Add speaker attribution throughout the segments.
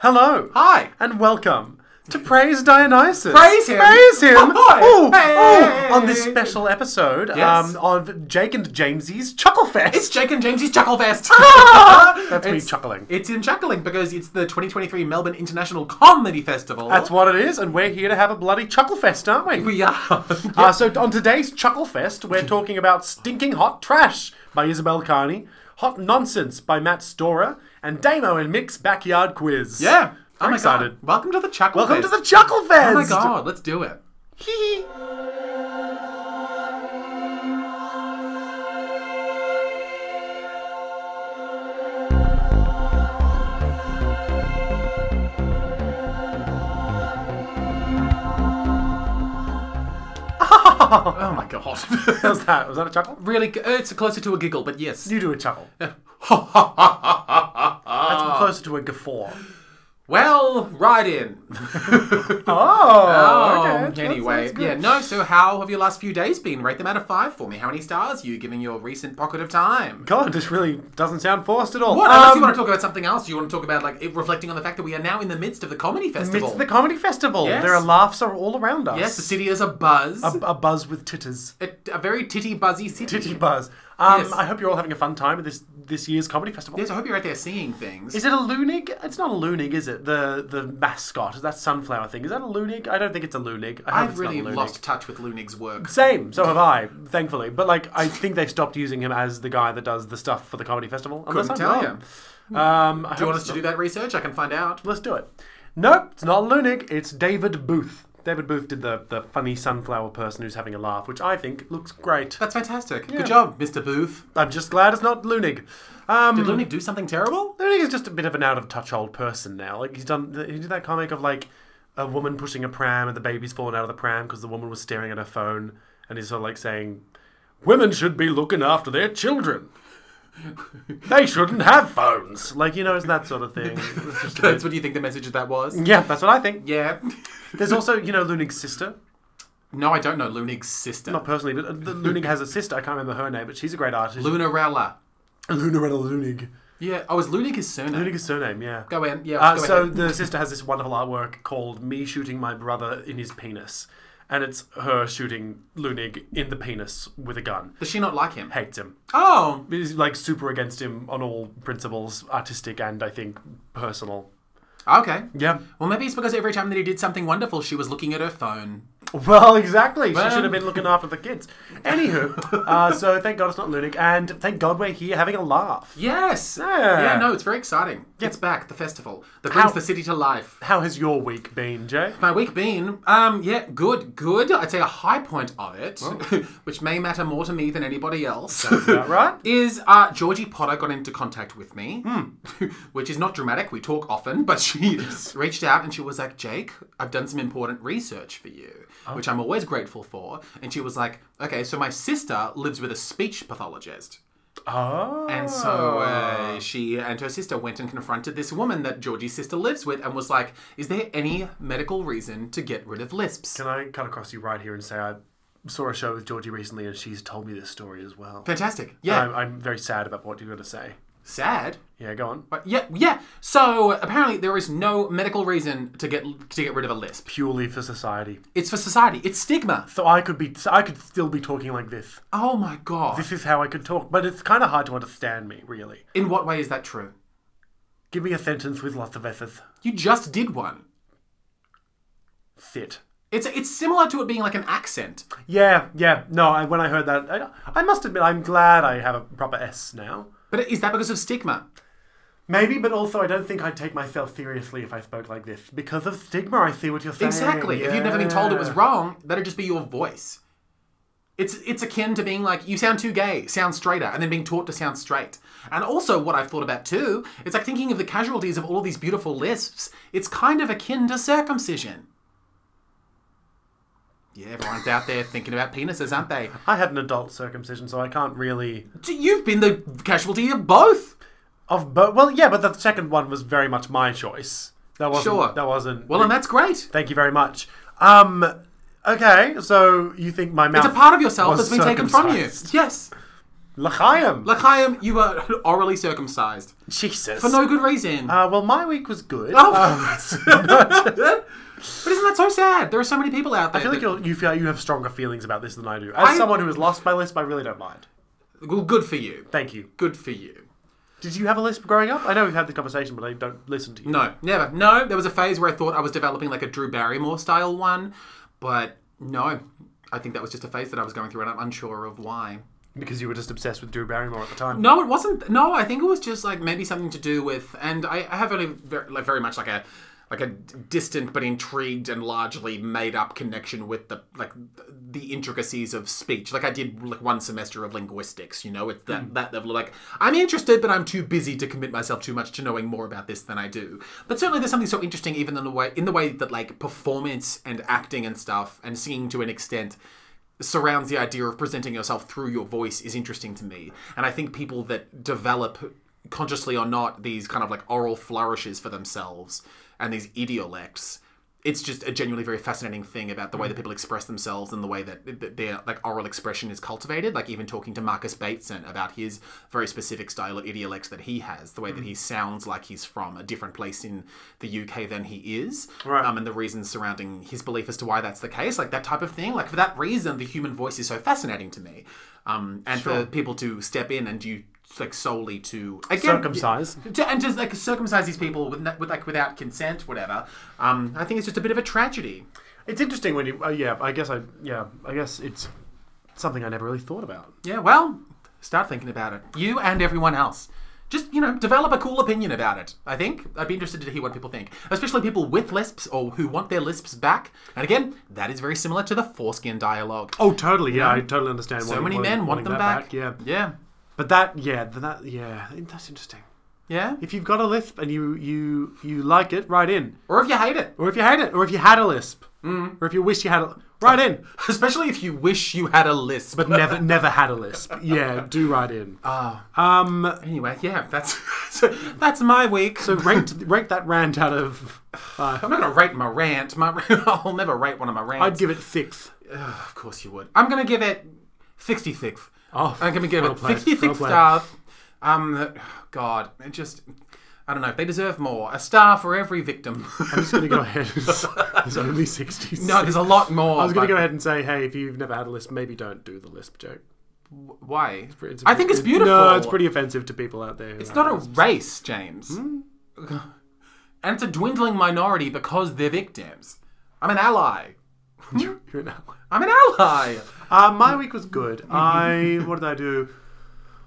Speaker 1: Hello.
Speaker 2: Hi.
Speaker 1: And welcome to Praise Dionysus.
Speaker 2: Praise him.
Speaker 1: Praise him.
Speaker 2: Oh,
Speaker 1: Ooh,
Speaker 2: hey.
Speaker 1: ooh. On this special episode
Speaker 2: Yes.
Speaker 1: um, of Jake and Jamesy's Chuckle Fest.
Speaker 2: It's Jake and James's Chuckle Fest.
Speaker 1: That's me
Speaker 2: It's-
Speaker 1: chuckling.
Speaker 2: It's in chuckling because it's the 2023 Melbourne International Comedy Festival.
Speaker 1: That's what it is, and we're here to have a bloody Chuckle Fest, aren't we?
Speaker 2: we are.
Speaker 1: Uh, so on today's Chuckle Fest, we're talking about Stinking Hot Trash by Isabel Carney, Hot Nonsense by Matt Storer, and Damo and Mick's Backyard Quiz.
Speaker 2: yeah. Oh
Speaker 1: I'm
Speaker 2: my
Speaker 1: excited.
Speaker 2: God. Welcome to the Chuckle
Speaker 1: Welcome to
Speaker 2: Fest.
Speaker 1: the Chuckle Fest!
Speaker 2: Oh my God. Let's do it.
Speaker 1: Hee hee.
Speaker 2: Oh my God.
Speaker 1: What was that? Was that a chuckle?
Speaker 2: really, g- uh, it's closer to a giggle, but yes.
Speaker 1: You do a chuckle. That's closer to a guffaw.
Speaker 2: well, right in.
Speaker 1: Oh,
Speaker 2: Oh,
Speaker 1: okay. That's-
Speaker 2: anyway,
Speaker 1: that's good.
Speaker 2: yeah, no. So, how have your last few days been? Rate them out of five for me. How many stars you giving your recent pocket of time?
Speaker 1: God, this really doesn't sound forced at all.
Speaker 2: What? Unless you
Speaker 1: Um,
Speaker 2: want to talk about something else, you want to talk about like it reflecting on the fact that we are now in the midst of the comedy festival.
Speaker 1: It's the comedy festival.
Speaker 2: Yes.
Speaker 1: There are laughs are all around us.
Speaker 2: yes, the city is a buzz,
Speaker 1: A, a buzz with titters.
Speaker 2: a, a very titty buzzy city.
Speaker 1: Titty buzz. Um,
Speaker 2: Yes.
Speaker 1: I hope you're all having a fun time at this this year's comedy festival.
Speaker 2: Yes, I hope you're out there seeing things.
Speaker 1: Is it a loonig? It's not a loonig, is it? The the mascot is that sunflower thing. Is that a loonig? I don't think it's a loonig. I hope
Speaker 2: I've
Speaker 1: it's
Speaker 2: really
Speaker 1: not a loonig.
Speaker 2: lost touch with Lunig's work.
Speaker 1: Same. So have I, thankfully. But like, I think they've stopped using him as the guy that does the stuff for the comedy festival. Unless
Speaker 2: Couldn't
Speaker 1: I'm
Speaker 2: tell
Speaker 1: wrong. Um, I
Speaker 2: Do you
Speaker 1: hope
Speaker 2: want us
Speaker 1: it's
Speaker 2: to
Speaker 1: not-
Speaker 2: do that research? I can find out.
Speaker 1: Let's do it. Nope, it's not Lunig. It's David Booth. David Booth did the the funny sunflower person who's having a laugh, which I think looks great.
Speaker 2: That's fantastic. Good job, Mr. Booth.
Speaker 1: I'm just glad it's not Lunig. Um,
Speaker 2: Did Lunig do something terrible?
Speaker 1: I think he's just a bit of an out of touch old person now. Like he's done, he did that comic of like a woman pushing a pram and the baby's fallen out of the pram because the woman was staring at her phone, and he's sort of like saying, "Women should be looking after their children. they shouldn't have phones." Like you know, it's that sort of thing. It's just a bit-
Speaker 2: That's what do you think the message of that was?
Speaker 1: yeah, that's what I think.
Speaker 2: Yeah.
Speaker 1: There's also you know Lunig's sister.
Speaker 2: no, I don't know Lunig's sister.
Speaker 1: Not personally, but uh, the- Lunig has a sister. I can't remember her name, but she's a great artist.
Speaker 2: Lunarella.
Speaker 1: Luna and Lunig.
Speaker 2: Yeah. Oh, is Lunig his surname?
Speaker 1: Lunig is surname, yeah.
Speaker 2: Go in. Yeah.
Speaker 1: Uh,
Speaker 2: go
Speaker 1: so
Speaker 2: ahead.
Speaker 1: the sister has this wonderful artwork called "Me Shooting My Brother in His Penis," and it's her shooting Lunig in the penis with a gun.
Speaker 2: Does she not like him?
Speaker 1: Hates him.
Speaker 2: Oh.
Speaker 1: Is like super against him on all principles, artistic and I think personal.
Speaker 2: Okay.
Speaker 1: Yeah.
Speaker 2: Well, maybe it's because every time that he did something wonderful, she was looking at her phone.
Speaker 1: Well, exactly.
Speaker 2: Well-
Speaker 1: she should have been looking after the kids. Anywho, uh, so thank God it's not Lunig, and thank God we're here having a laugh.
Speaker 2: Yes.
Speaker 1: Yeah.
Speaker 2: Yeah. No, it's very exciting. It's back the festival that brings
Speaker 1: How-
Speaker 2: the city to life.
Speaker 1: How has your week been, Jay?
Speaker 2: My week been, um, yeah, good, good. I'd say a high point of it, which may matter more to me than anybody else.
Speaker 1: About right?
Speaker 2: is uh, Georgie Potter got into contact with me, which is not dramatic. We talk often, but she reached out and she was like, Jake, I've done some important research for you, which I'm always grateful for. And she was like, okay, so my sister lives with a speech pathologist.
Speaker 1: Oh.
Speaker 2: And so uh, she and her sister went and confronted this woman that Georgie's sister lives with and was like, Is there any medical reason to get rid of lisps?
Speaker 1: Can I cut across you right here and say I saw a show with Georgie recently and she's told me this story as well.
Speaker 2: Fantastic. Yeah.
Speaker 1: I'm, I'm very sad about what you're going to say.
Speaker 2: Sad.
Speaker 1: Yeah, go on.
Speaker 2: But yeah, yeah. So apparently there is no medical reason to get to get rid of a lisp.
Speaker 1: Purely for society.
Speaker 2: It's for society. It's stigma.
Speaker 1: So I could be, so I could still be talking like this.
Speaker 2: Oh my god.
Speaker 1: This is how I could talk, but it's kind of hard to understand me, really.
Speaker 2: In what way is that true?
Speaker 1: Give me a sentence with lots of S's.
Speaker 2: You just did one.
Speaker 1: Sit.
Speaker 2: It's it's similar to it being like an accent.
Speaker 1: Yeah, yeah. No, I, when I heard that, I, I must admit, I'm glad I have a proper S now.
Speaker 2: But is that because of stigma?
Speaker 1: Maybe, but also I don't think I'd take myself seriously if I spoke like this because of stigma. I see what you're saying.
Speaker 2: Exactly. If you'd never been told it was wrong, that'd just be your voice. It's it's akin to being like, you sound too gay, sound straighter, and then being taught to sound straight. And also what I've thought about too, it's like thinking of the casualties of all of these beautiful lisps, it's kind of akin to circumcision. Yeah, everyone's out there thinking about penises, aren't they?
Speaker 1: I had an adult circumcision, so I can't really.
Speaker 2: So You've been the casualty of both.
Speaker 1: Of but well, yeah, but the second one was very much my choice. That wasn't.
Speaker 2: Sure.
Speaker 1: That wasn't.
Speaker 2: Well, and that's great.
Speaker 1: thank you very much. Um. Okay, so you think my mouth?
Speaker 2: It's a part of yourself
Speaker 1: was
Speaker 2: that's been taken from you.
Speaker 1: circumcised.
Speaker 2: Yes.
Speaker 1: L'chaim.
Speaker 2: Lachaim, you were orally circumcised
Speaker 1: Jesus.
Speaker 2: for no good reason.
Speaker 1: uh, well, my week was good.
Speaker 2: Oh.
Speaker 1: Uh,
Speaker 2: but isn't that so sad? There are so many people out there.
Speaker 1: I feel like
Speaker 2: that-
Speaker 1: you're, you feel you have stronger feelings about this than I do. As
Speaker 2: I-
Speaker 1: someone who has lost my lisp, I really don't mind.
Speaker 2: well, good for you.
Speaker 1: Thank you.
Speaker 2: Good for you.
Speaker 1: Did you have a lisp growing up? I know we've had the conversation, but I don't listen to you.
Speaker 2: No, never. No, there was a phase where I thought I was developing like a Drew Barrymore style one, but no. I think that was just a phase that I was going through, and I'm unsure of why.
Speaker 1: Because you were just obsessed with Drew Barrymore at the time.
Speaker 2: No, it wasn't. No, I think it was just like maybe something to do with, and I, I have only very, like very much like a like a distant but intrigued and largely made up connection with the like the intricacies of speech. Like I did like one semester of linguistics, you know, it's that that level. Of like I'm interested, but I'm too busy to commit myself too much to knowing more about this than I do. But certainly there's something so interesting even in the way in the way that like performance and acting and stuff and singing to an extent surrounds the idea of presenting yourself through your voice is interesting to me. And I think people that develop, consciously or not, these kind of like oral flourishes for themselves and these idiolects. It's just a genuinely very fascinating thing about the way that people express themselves and the way that that their like oral expression is cultivated. Like even talking to Marcus Bateson about his very specific style of idiolect that he has, the way
Speaker 1: Mm.
Speaker 2: that he sounds like he's from a different place in the UK than he is,
Speaker 1: Right.
Speaker 2: um, and the reasons surrounding his belief as to why that's the case, like that type of thing. Like for that reason, the human voice is so fascinating to me, um, and for people to step in and you like solely to again
Speaker 1: Circumcise.
Speaker 2: to, and just like circumcise these people with, no- with like without consent, whatever. Um, I think it's just a bit of a tragedy.
Speaker 1: It's interesting when you. Uh, yeah, I guess I. Yeah, I guess it's something I never really thought about.
Speaker 2: Yeah, well, start thinking about it. You and everyone else. Just, you know, develop a cool opinion about it, I think. I'd be interested to hear what people think. Especially people with lisps or who want their lisps back. And again, that is very similar to the foreskin dialogue.
Speaker 1: Oh, totally. Yeah, I totally understand.
Speaker 2: So many men want them back.
Speaker 1: Yeah,
Speaker 2: Yeah.
Speaker 1: but that. Yeah, th- that. Yeah, that's interesting.
Speaker 2: Yeah.
Speaker 1: If you've got a lisp and you you you like it, write in.
Speaker 2: Or if you hate it.
Speaker 1: Or if you hate it, or if you had a lisp,
Speaker 2: Mm-hmm.
Speaker 1: or if you wish you had a, write in.
Speaker 2: Especially if you wish you had a lisp.
Speaker 1: But never never had a lisp. Yeah, do write in.
Speaker 2: Uh,
Speaker 1: Um,
Speaker 2: anyway, yeah, that's so that's my week.
Speaker 1: so rate rate that rant out of. five.
Speaker 2: I'm not gonna rate my rant. My I'll never rate one of my rants.
Speaker 1: I'd give it sixth.
Speaker 2: Ugh, of course you would. I'm gonna give it 66th.
Speaker 1: Oh,
Speaker 2: I'm gonna give
Speaker 1: well
Speaker 2: it
Speaker 1: played,
Speaker 2: 66
Speaker 1: well played.
Speaker 2: staff. Um, God, it just. I don't know. They deserve more. A star for every victim.
Speaker 1: I'm just gonna go ahead. There's only sixty.
Speaker 2: no, there's a lot more.
Speaker 1: I was going to go ahead and say, hey, if you've never had a lisp, maybe don't do the lisp joke.
Speaker 2: Why?
Speaker 1: It's
Speaker 2: I think it's beautiful.
Speaker 1: No, it's pretty Hmm? offensive to people out there.
Speaker 2: It's not a race, James. And it's a dwindling minority because they're victims. I'm an ally. I'm an ally.
Speaker 1: uh, my week was good. I what did I do?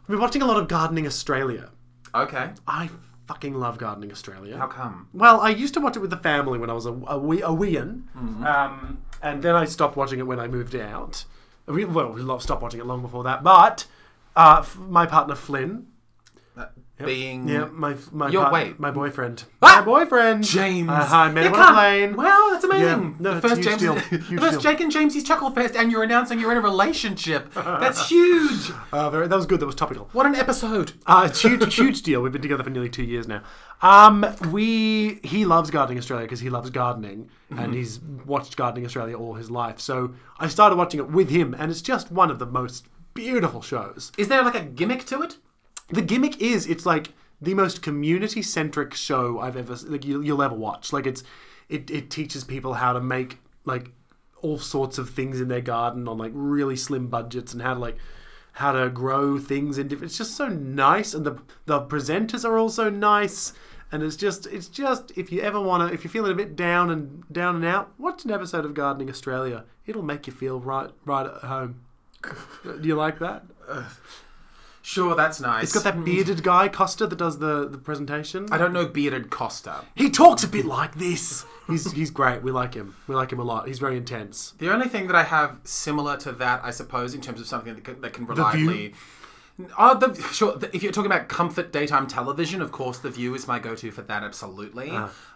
Speaker 1: I've been watching a lot of Gardening Australia.
Speaker 2: Okay.
Speaker 1: I fucking love Gardening Australia.
Speaker 2: How come?
Speaker 1: Well, I used to watch it with the family when I was a, a, wee, a wee-un, um, and then I stopped watching it when I moved out. We, well, we lo- stopped watching it long before that, but uh, f- my partner Flynn,
Speaker 2: Uh, Being
Speaker 1: yeah, my my
Speaker 2: Your
Speaker 1: part-
Speaker 2: wait.
Speaker 1: my boyfriend,
Speaker 2: Ah!
Speaker 1: my boyfriend
Speaker 2: James.
Speaker 1: Uh, I met
Speaker 2: You
Speaker 1: him on a
Speaker 2: can't-
Speaker 1: plane.
Speaker 2: Wow, that's amazing.
Speaker 1: Yeah. No,
Speaker 2: the
Speaker 1: it's a
Speaker 2: first
Speaker 1: huge
Speaker 2: James,
Speaker 1: deal.
Speaker 2: the
Speaker 1: Huge
Speaker 2: first
Speaker 1: deal.
Speaker 2: Jake and Jamesie's Chuckle Fest, and you're announcing you're in a relationship. That's huge.
Speaker 1: Uh, very, that was good. That was topical.
Speaker 2: What an episode.
Speaker 1: Uh, it's huge, huge deal. We've been together for nearly two years now. Um, we he loves gardening Australia because he loves gardening and he's watched gardening Australia all his life. So I started watching it with him, and it's just one of the most beautiful shows.
Speaker 2: Is there like a gimmick to it?
Speaker 1: The gimmick is it's like the most community centric show I've ever like you, you'll ever watch. Like it's it it teaches people how to make like all sorts of things in their garden on like really slim budgets and how to like how to grow things in different. It's just so nice, and the the presenters are also nice. And it's just, it's just if you ever want to, if you're feeling a bit down and down and out, watch an episode of Gardening Australia. It'll make you feel right, right at home. Do you like that?
Speaker 2: Sure, that's nice.
Speaker 1: It's got that bearded guy Costa that does the, the presentation.
Speaker 2: I don't know bearded Costa.
Speaker 1: He talks a bit like this. He's he's great. We like him. We like him a lot. He's very intense.
Speaker 2: The only thing that I have similar to that, I suppose, in terms of something that can, that can reliably. Oh, the, sure. The, if you're talking about comfort daytime television, of course, The View is my go-to for that. Absolutely.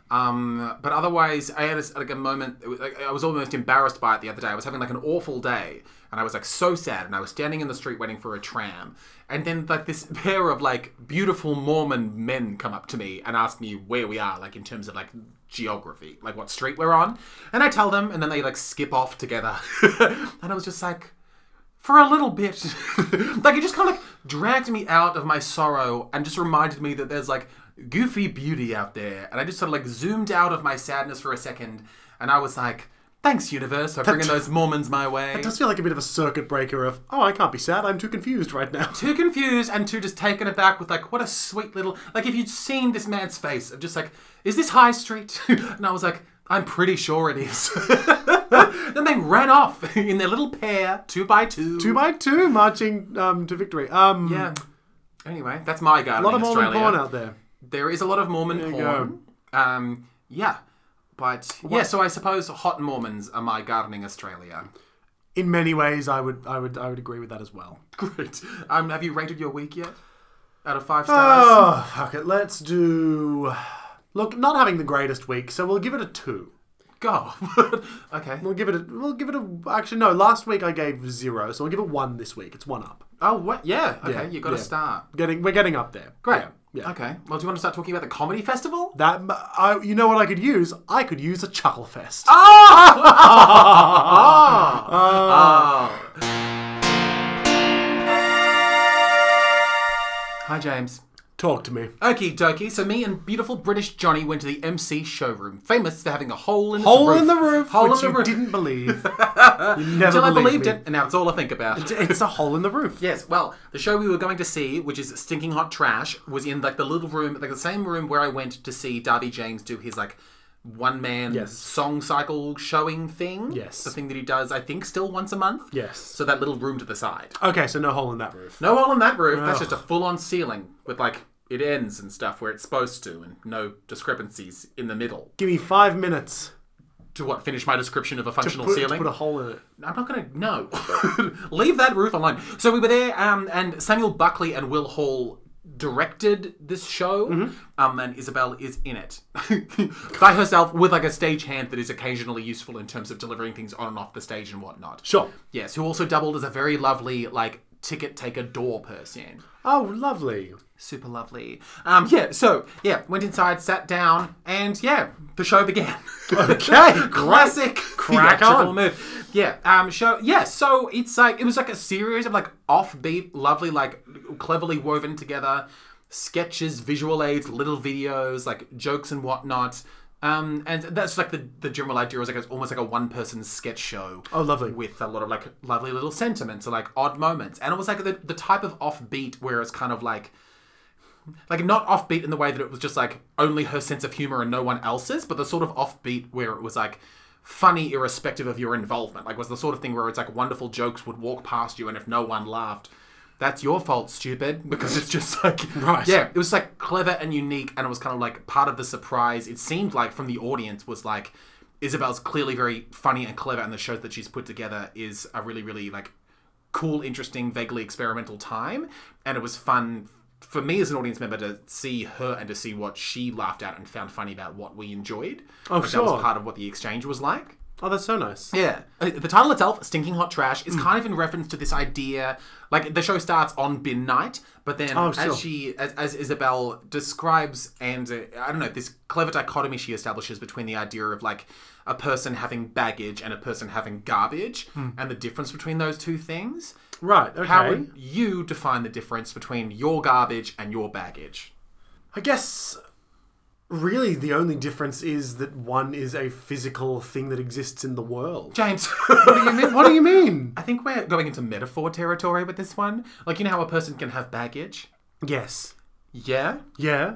Speaker 2: Um, but otherwise, I had a, like a moment. It was, like, I was almost embarrassed by it the other day. I was having like an awful day, and I was like so sad. And I was standing in the street waiting for a tram, and then like this pair of like beautiful Mormon men come up to me and ask me where we are, like in terms of like geography, like what street we're on. And I tell them, and then they like skip off together, and I was just like for a little bit. like it just kind of like dragged me out of my sorrow and just reminded me that there's like goofy beauty out there. And I just sort of like zoomed out of my sadness for a second, and I was like, "Thanks, universe, for bringing those Mormons my way."
Speaker 1: It does feel like a bit of a circuit breaker of, oh, I can't be sad. I'm too confused right now.
Speaker 2: too confused and too just taken aback with like what a sweet little like if you'd seen this man's face of just like is this high street and i was like i'm pretty sure it is then they ran off in their little pair two by two,
Speaker 1: two by two, marching um, to victory. Um,
Speaker 2: yeah anyway that's my guy
Speaker 1: a lot of Mormon porn out there.
Speaker 2: there is a lot of mormon
Speaker 1: you
Speaker 2: porn um yeah but yeah so i suppose hot mormons are my gardening australia
Speaker 1: In many ways, I would, I would, I would agree with that as well.
Speaker 2: great um have you rated your week yet out of five stars
Speaker 1: Oh, fuck it. Let's do. Look, not having the greatest week, so we'll give it a two.
Speaker 2: go okay
Speaker 1: We'll give it a. We'll give it a. Actually, no. Last week I gave zero, so I'll give it one this week. It's one up.
Speaker 2: oh what yeah okay you gotta
Speaker 1: yeah.
Speaker 2: start
Speaker 1: Getting, we're getting up there.
Speaker 2: Great.
Speaker 1: Yeah. yeah.
Speaker 2: Okay. Well, do you want to start talking about the comedy festival?
Speaker 1: That I, you know what I could use? I could use a chuckle fest. Ah!
Speaker 2: Ah. Hi, James.
Speaker 1: Talk to me.
Speaker 2: Okie dokie. So me and beautiful British Johnny went to the MC showroom, famous for having a hole in its
Speaker 1: Hole
Speaker 2: roof.
Speaker 1: in the roof,
Speaker 2: Hole
Speaker 1: which
Speaker 2: in the
Speaker 1: you
Speaker 2: roof.
Speaker 1: didn't believe. you
Speaker 2: Until
Speaker 1: never
Speaker 2: I believed
Speaker 1: me.
Speaker 2: it, and now it's all I think about.
Speaker 1: It's a hole in the roof.
Speaker 2: Yes, well, the show we were going to see, which is Stinking Hot Trash, was in like the little room, like the same room where I went to see Darby James do his like one man
Speaker 1: Yes.
Speaker 2: song cycle showing thing.
Speaker 1: Yes.
Speaker 2: The thing that he does, I think, still once a month.
Speaker 1: Yes.
Speaker 2: So that little room to the side.
Speaker 1: Okay, so no hole in that roof.
Speaker 2: No hole in that roof. That's just a full on ceiling with like it ends and stuff where it's supposed to and no discrepancies in the middle.
Speaker 1: Give me five minutes.
Speaker 2: To what? Finish my description of a functional
Speaker 1: Put,
Speaker 2: ceiling?
Speaker 1: put a hole in it.
Speaker 2: I'm not gonna no. Leave that roof alone. So we were there, um, and Samuel Buckley and Will Hall directed this show,
Speaker 1: Mm-hmm.
Speaker 2: um, and Isabel is in it by herself with like a stagehand that is occasionally useful in terms of delivering things on and off the stage and whatnot.
Speaker 1: Sure.
Speaker 2: Yes, who also doubled as a very lovely like ticket taker door person.
Speaker 1: Oh, lovely.
Speaker 2: Super lovely. Um, yeah. So yeah, went inside, sat down, and yeah, the show began.
Speaker 1: Okay,
Speaker 2: classic
Speaker 1: Crack
Speaker 2: theatrical
Speaker 1: on.
Speaker 2: move. Yeah. Um. Show. Yeah. So it's like it was like a series of like offbeat, lovely, like cleverly woven together sketches, visual aids, little videos, like jokes and whatnot. Um, and that's like the, the general idea is like it's almost like a one person sketch show.
Speaker 1: Oh, lovely.
Speaker 2: With a lot of like lovely little sentiments and like odd moments, and it was like the, the type of offbeat where it's kind of like like not offbeat in the way that it was just like only her sense of humor and no one else's, but the sort of offbeat where it was like funny irrespective of your involvement. Like was the sort of thing where it's like wonderful jokes would walk past you and if no one laughed, that's your fault, stupid, because it's just like
Speaker 1: Right.
Speaker 2: Yeah, it was like clever and unique and it was kind of like part of the surprise it seemed like from the audience was like Isabel's clearly very funny and clever and the show that she's put together is a really really like cool, interesting, vaguely experimental time, and it was fun for me as an audience member to see her and to see what she laughed at and found funny about what we enjoyed.
Speaker 1: Oh,
Speaker 2: Like, That
Speaker 1: sure.
Speaker 2: was part of what the exchange was like.
Speaker 1: Oh, that's so nice.
Speaker 2: Yeah. Uh, The title itself, Stinking Hot Trash,
Speaker 1: Hmm.
Speaker 2: is kind of in reference to this idea. Like, the show starts on bin night, but then
Speaker 1: Oh, sure.
Speaker 2: as she, as, as Isabel describes, and uh, I don't know, this clever dichotomy she establishes between the idea of like a person having baggage and a person having garbage
Speaker 1: Hmm.
Speaker 2: and the difference between those two things.
Speaker 1: Right. Okay.
Speaker 2: How would you define the difference between your garbage and your baggage?
Speaker 1: I guess really the only difference is that one is a physical thing that exists in the world.
Speaker 2: James,
Speaker 1: what do you mean?
Speaker 2: I think we're going into metaphor territory with this one. Like, you know how a person can have baggage?
Speaker 1: Yes.
Speaker 2: Yeah.
Speaker 1: Yeah.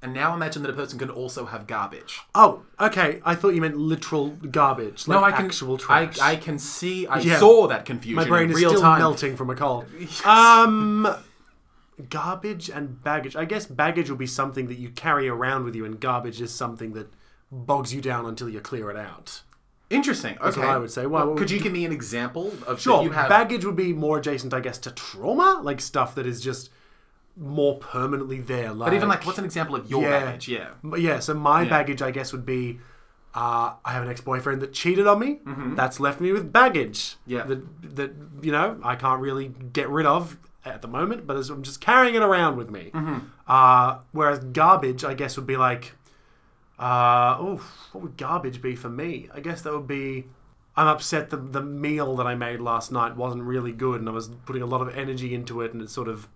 Speaker 2: And now imagine that a person can also have garbage.
Speaker 1: Oh, okay. I thought you meant literal garbage, like
Speaker 2: No, I can
Speaker 1: actual trash.
Speaker 2: I, I can see. I
Speaker 1: Yeah.
Speaker 2: saw that confusion.
Speaker 1: My brain
Speaker 2: in
Speaker 1: is
Speaker 2: real
Speaker 1: still
Speaker 2: time.
Speaker 1: melting from a cold. Um, garbage and baggage. I guess baggage will be something that you carry around with you, and garbage is something that bogs you down until you clear it out.
Speaker 2: Interesting. Okay.
Speaker 1: what I would say. Why- what
Speaker 2: could
Speaker 1: would
Speaker 2: you give me an example of
Speaker 1: Sure,
Speaker 2: that you have?
Speaker 1: baggage would be more adjacent, I guess, to trauma, like stuff that is just more permanently there. Like,
Speaker 2: even like, what's an example of your baggage? Yeah.
Speaker 1: M- yeah. So my baggage, I guess, would be. Uh, I have an ex-boyfriend that cheated on me. That's left me with baggage.
Speaker 2: Mm-hmm. Yeah.
Speaker 1: That that you know I can't really get rid of at the moment, but it's- I'm just carrying it around with me.
Speaker 2: Mm-hmm.
Speaker 1: Uh, whereas garbage, I guess, would be like, uh, oh, what would garbage be for me? I guess that would be I'm upset that the meal that I made last night wasn't really good and I was putting a lot of energy into it and it sort of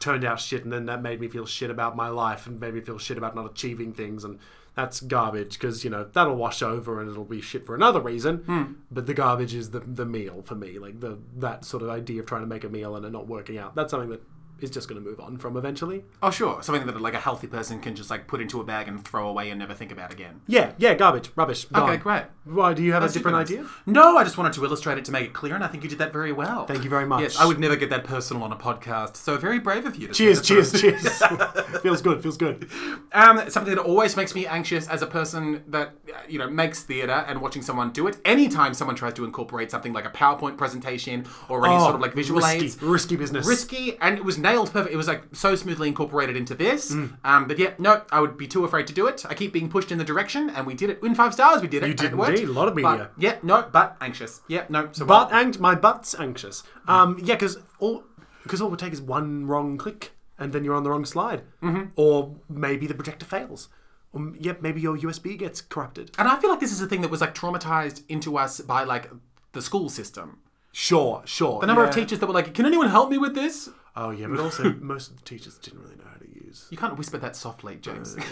Speaker 1: turned out shit and then that made me feel shit about my life and made me feel shit about not achieving things and that's garbage because you know that'll wash over and it'll be shit for another reason but the garbage is the, the meal for me like the that sort of idea of trying to make a meal and it not working out that's something that is just going to move on from eventually
Speaker 2: Oh, sure. Something that like a healthy person can just like put into a bag and throw away and never think about again.
Speaker 1: yeah yeah garbage rubbish
Speaker 2: Okay,
Speaker 1: gone.
Speaker 2: great.
Speaker 1: why do you have
Speaker 2: That's
Speaker 1: a different
Speaker 2: super
Speaker 1: idea
Speaker 2: nice. No, I just wanted to illustrate it to make it clear, and I think you did that very well.
Speaker 1: Thank you very much.
Speaker 2: Yes, I would never get that personal on a podcast, so very brave of you. To
Speaker 1: Cheers,
Speaker 2: say that
Speaker 1: cheers, cheers. feels good, feels good.
Speaker 2: Um, something that always makes me anxious as a person that uh, you know makes theatre and watching someone do it. Anytime someone tries to incorporate something like a PowerPoint presentation or any sort of like visual
Speaker 1: Oh, risky,
Speaker 2: aids,
Speaker 1: risky business.
Speaker 2: risky, and it was nailed perfect. It was like so smoothly incorporated into this.
Speaker 1: Mm.
Speaker 2: Um, but yeah, no, I would be too afraid to do it. I keep being pushed in the direction, and we did it in five stars. We did it. You
Speaker 1: did indeed. A lot of media.
Speaker 2: yeah, no, but anxious. Yeah, no. So
Speaker 1: But ang- my butt's anxious. Um, yeah, because all because all it would take is one wrong click, and then you're on the wrong slide, mm-hmm. or maybe the projector fails, or m- yeah, maybe your USB gets corrupted.
Speaker 2: and I feel like this is a thing that was like traumatized into us by like the school system.
Speaker 1: Sure, sure.
Speaker 2: The number of teachers that were like, "Can anyone help me with this?"
Speaker 1: Oh yeah, but also most of the teachers didn't really know how to use.
Speaker 2: You can't whisper that softly, James.
Speaker 1: Uh,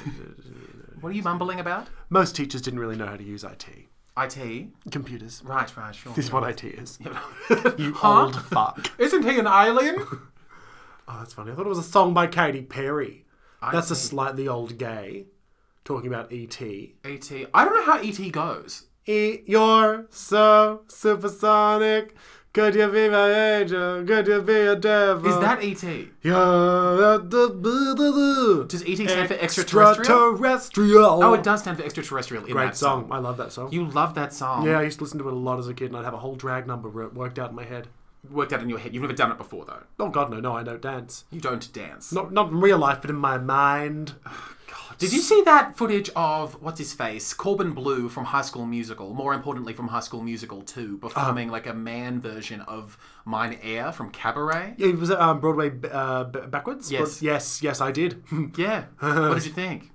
Speaker 2: what are you mumbling about?
Speaker 1: Most teachers didn't really know how to use IT
Speaker 2: IT.
Speaker 1: computers.
Speaker 2: Right, right, sure.
Speaker 1: This is what IT is. You
Speaker 2: Huh?
Speaker 1: old fuck.
Speaker 2: Isn't he an alien?
Speaker 1: Oh, that's funny. I thought it was a song by Katy Perry. that's a slightly old gay talking about E E.T.
Speaker 2: ET. E I don't know how ET goes.
Speaker 1: E- you're so supersonic. Could you be my angel? Could you be a devil?
Speaker 2: Is that E ET?
Speaker 1: You're the boo doo doo.
Speaker 2: Does ET stand for extraterrestrial?
Speaker 1: extraterrestrial?
Speaker 2: Oh, it does stand for extraterrestrial in
Speaker 1: Great
Speaker 2: that song.
Speaker 1: song. I love that song.
Speaker 2: You love that song.
Speaker 1: yeah, I used to listen to it a lot as a kid, and I'd have a whole drag number wor- worked out in my head.
Speaker 2: Worked out in your head. You've never done it before, though.
Speaker 1: Oh God, no, no, I don't dance.
Speaker 2: You don't dance.
Speaker 1: Not not in real life, but in my mind.
Speaker 2: Did you see that footage of what's his face, Corbin Blue from High School Musical? More importantly, from High School Musical Two,
Speaker 1: Um.
Speaker 2: performing like a man version of Mine Air from Cabaret.
Speaker 1: It was um, Broadway uh, b- backwards.
Speaker 2: Yes.
Speaker 1: Bro- yes, yes, I did.
Speaker 2: Yeah. what did you think?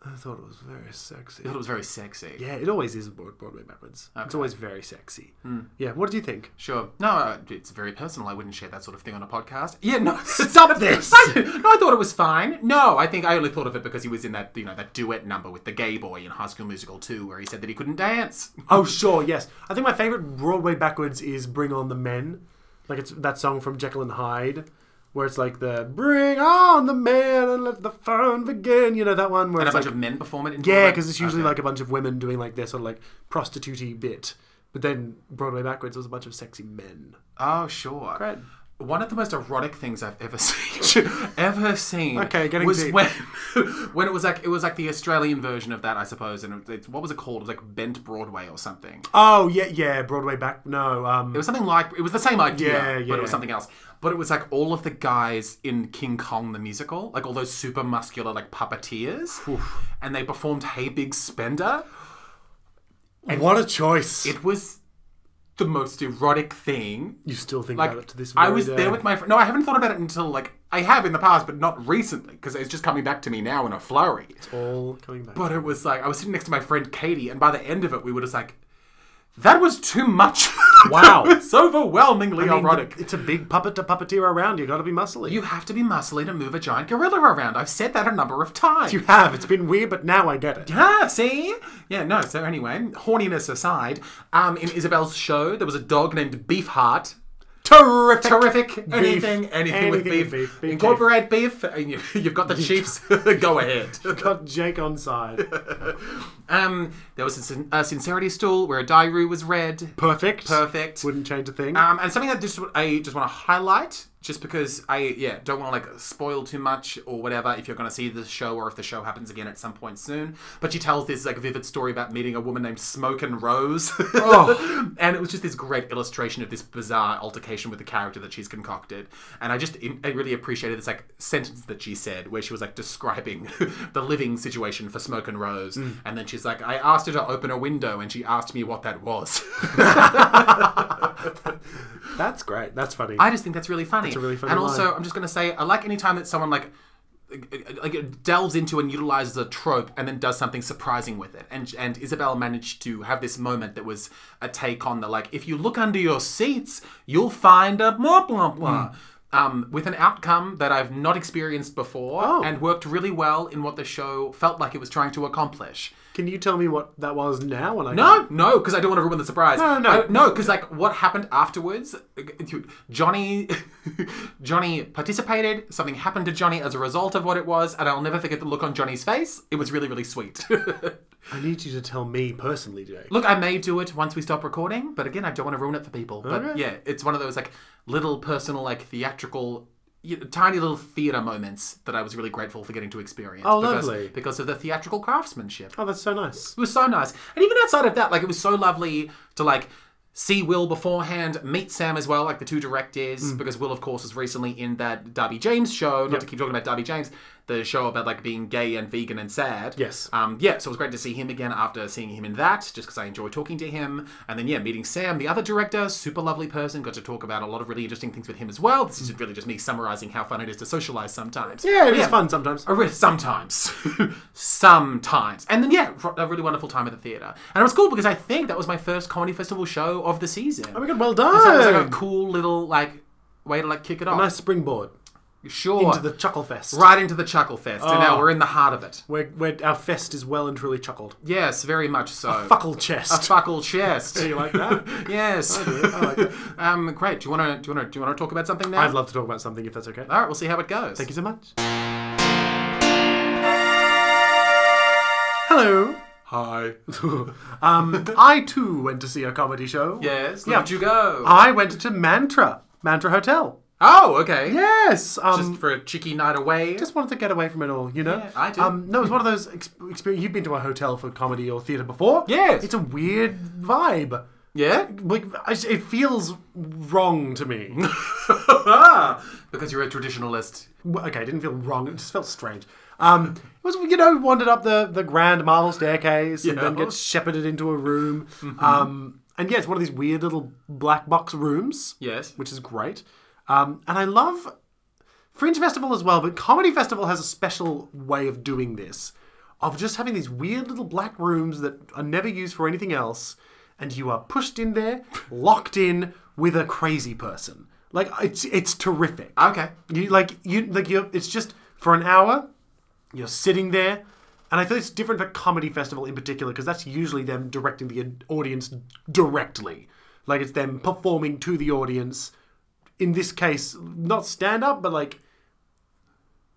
Speaker 1: I thought it was very sexy.
Speaker 2: I thought it was very sexy.
Speaker 1: Yeah, it always is Broad- Broadway backwards. It's always very sexy.
Speaker 2: Hmm.
Speaker 1: Yeah, what do you think?
Speaker 2: Sure. No, uh, it's very personal. I wouldn't share that sort of thing on a podcast. Yeah, no, stop this. no, I thought it was fine. No, I think I only thought of it because he was in that, you know, that duet number with the gay boy in High School Musical 2 where he said that he couldn't dance.
Speaker 1: Oh, sure, yes. I think my favorite Broadway backwards is "Bring On the Men," like it's that song from Jekyll and Hyde, where it's like the "Bring on the men and let the fun begin." You know that one where
Speaker 2: And a
Speaker 1: it's
Speaker 2: bunch
Speaker 1: like
Speaker 2: of men perform it in Uh,
Speaker 1: yeah,
Speaker 2: Broadway?
Speaker 1: because it's usually like a bunch of women doing like their sort of like prostitute bit. But then Broadway backwards was a bunch of sexy men.
Speaker 2: Oh, sure.
Speaker 1: Great.
Speaker 2: One of the most erotic things I've ever seen, ever seen.
Speaker 1: Okay, getting
Speaker 2: was
Speaker 1: deep.
Speaker 2: when, when it was like it was like the Australian version of that, I suppose. And it's, what was it called? It was like Bent Broadway or something.
Speaker 1: Oh yeah, yeah, Broadway back. No, um,
Speaker 2: It was something like it was the same idea,
Speaker 1: Yeah,
Speaker 2: but it
Speaker 1: yeah.
Speaker 2: was something else. But it was like all of the guys in King Kong the musical, like all those super muscular like puppeteers, and they performed "Hey Big Spender."
Speaker 1: what a choice!
Speaker 2: It was the most erotic thing.
Speaker 1: you still think
Speaker 2: Like
Speaker 1: about it to this? Very
Speaker 2: I was
Speaker 1: day.
Speaker 2: there with my friend. No, I haven't thought about it until like I have in the past, but not recently because it's just coming back to me now in a flurry.
Speaker 1: all coming back.
Speaker 2: But it was like I was sitting next to my friend Katie, and by the end of it, we were just like, "That was too much."
Speaker 1: Wow.
Speaker 2: it's overwhelmingly
Speaker 1: I mean,
Speaker 2: erotic.
Speaker 1: It's a big puppet to puppeteer around. You got to be muscly.
Speaker 2: You have to be muscly to move a giant gorilla around. I've said that a number of times.
Speaker 1: You have. It's been weird, but now I get it.
Speaker 2: Ah, see? Yeah, no, so anyway, horniness aside, um, in Isabel's show, there was a dog named Beefheart.
Speaker 1: Terrific.
Speaker 2: Terrific. Anything, anything, with
Speaker 1: Anything with
Speaker 2: beef.
Speaker 1: beef. Big
Speaker 2: Incorporate beef, and you, you've got the Chiefs. Go ahead.
Speaker 1: Got Jake on side.
Speaker 2: Um, there was a, sin- a sincerity stool where a diary was read.
Speaker 1: Perfect. Uh,
Speaker 2: Perfect.
Speaker 1: Wouldn't change a thing.
Speaker 2: Um, and something that just I just want to highlight, just because I yeah don't want to like spoil too much or whatever. If you're going to see this show or if the show happens again at some point soon, but she tells this like vivid story about meeting a woman named Smoke and Rose, and it was just this great illustration of this bizarre altercation with the character that she's concocted. And I just I really appreciated this like sentence that she said where she was like describing the living situation for Smoke and Rose, and then she's like, I asked her to open a window, and she asked me what that was.
Speaker 1: That's great. That's funny.
Speaker 2: I just think that's really funny. That's
Speaker 1: a really funny
Speaker 2: And
Speaker 1: line.
Speaker 2: also, I'm just going to say, I like any time that someone like like it delves into and utilizes a trope and then does something surprising with it and and Isabel managed to have this moment that was a take on the like if you look under your seats you'll find a blah blah
Speaker 1: Hmm.
Speaker 2: blah um, with an outcome that I've not experienced before
Speaker 1: Oh.
Speaker 2: and worked really well in what the show felt like it was trying to accomplish
Speaker 1: Can you tell me what that was now? When I
Speaker 2: no, no, because I don't want to ruin the surprise.
Speaker 1: No, no, no.
Speaker 2: I- no, because like what happened afterwards, Johnny, Johnny participated. Something happened to Johnny as a result of what it was, and I'll never forget the look on Johnny's face. It was really, really sweet.
Speaker 1: I need you to tell me personally, Jake.
Speaker 2: look, I may do it once we stop recording, but again, I don't want to ruin it for people. But
Speaker 1: Alright.
Speaker 2: yeah, it's one of those like little personal, like theatrical. you know, Tiny little theatre moments that I was really grateful for getting to experience.
Speaker 1: Oh,
Speaker 2: because-
Speaker 1: lovely.
Speaker 2: Because of the theatrical craftsmanship.
Speaker 1: Oh, that's so nice.
Speaker 2: It was so nice. And even outside of that, like it was so lovely to like see Will beforehand, meet Sam as well, like the two directors,
Speaker 1: Mm.
Speaker 2: because Will, of course, was recently in that Darby James show. Not to keep talking about Darby James, the show about like being gay and vegan and sad.
Speaker 1: Yes.
Speaker 2: Um, yeah, so it was great to see him again after seeing him in that, just because I enjoy talking to him. And then, yeah, meeting Sam, the other director, super lovely person, got to talk about a lot of really interesting things with him as well. This is really just me summarizing how fun it is to socialize sometimes.
Speaker 1: Mm. Yeah, Oh it is
Speaker 2: But
Speaker 1: fun sometimes.
Speaker 2: a re- Oh, Sometimes. Sometimes. And then, yeah, r- a really wonderful time at the theatre. And it was cool because I think that was my first comedy festival show of the season.
Speaker 1: Oh my god, well
Speaker 2: so it was like a
Speaker 1: done.
Speaker 2: cool little, like, way to, like, kick it off.
Speaker 1: nice springboard
Speaker 2: sure.
Speaker 1: to the Oh. chuckle fest.
Speaker 2: right into the Chuckle Fest. And now we're in the heart of it.
Speaker 1: Where, where our fest is well and truly chuckled.
Speaker 2: Yes, very much so.
Speaker 1: Fuckle chest.
Speaker 2: Fuckle chest.
Speaker 1: you like that?
Speaker 2: yes. um, great. Do you want to do you want to do you want to talk about something now?
Speaker 1: I'd love to talk about something if that's okay.
Speaker 2: All right, we'll see how it goes.
Speaker 1: Ah, Thank you so much. Hello.
Speaker 2: Hi.
Speaker 1: Um, I too went to see a comedy show.
Speaker 2: Yes. Look
Speaker 1: Yeah.
Speaker 2: at you go.
Speaker 1: I went to Mantra, Mantra Hotel.
Speaker 2: oh, okay.
Speaker 1: Yes. Um,
Speaker 2: Just
Speaker 1: just,
Speaker 2: for a cheeky night away.
Speaker 1: wanted to get away from it all, you know?
Speaker 2: Yeah, I do.
Speaker 1: Um, no, it's one of those ex- experience. You've been to a hotel for comedy or theatre before?
Speaker 2: Yes.
Speaker 1: It's a weird vibe.
Speaker 2: yeah.
Speaker 1: Like, I- it feels wrong to me.
Speaker 2: because you're a traditionalist.
Speaker 1: Well, okay, it didn't feel wrong. It just felt strange. Um, it was you know wandered up the the grand marble staircase and then
Speaker 2: Yeah.
Speaker 1: gets shepherded into a room. Um, and yeah, it's one of these weird little black box rooms.
Speaker 2: Yes.
Speaker 1: which is great. Um, and I love Fringe Festival as well, but Comedy Festival has a special way of doing this, of just having these weird little black rooms that are never used for anything else, and you are pushed in there, locked in with a crazy person. Like it's it's terrific.
Speaker 2: Okay.
Speaker 1: You like you like you. It's just for an hour. You're sitting there, and I feel it's different for comedy festival in particular because that's usually them directing the audience directly. Like it's them performing to the audience. In this case, not stand up, but like.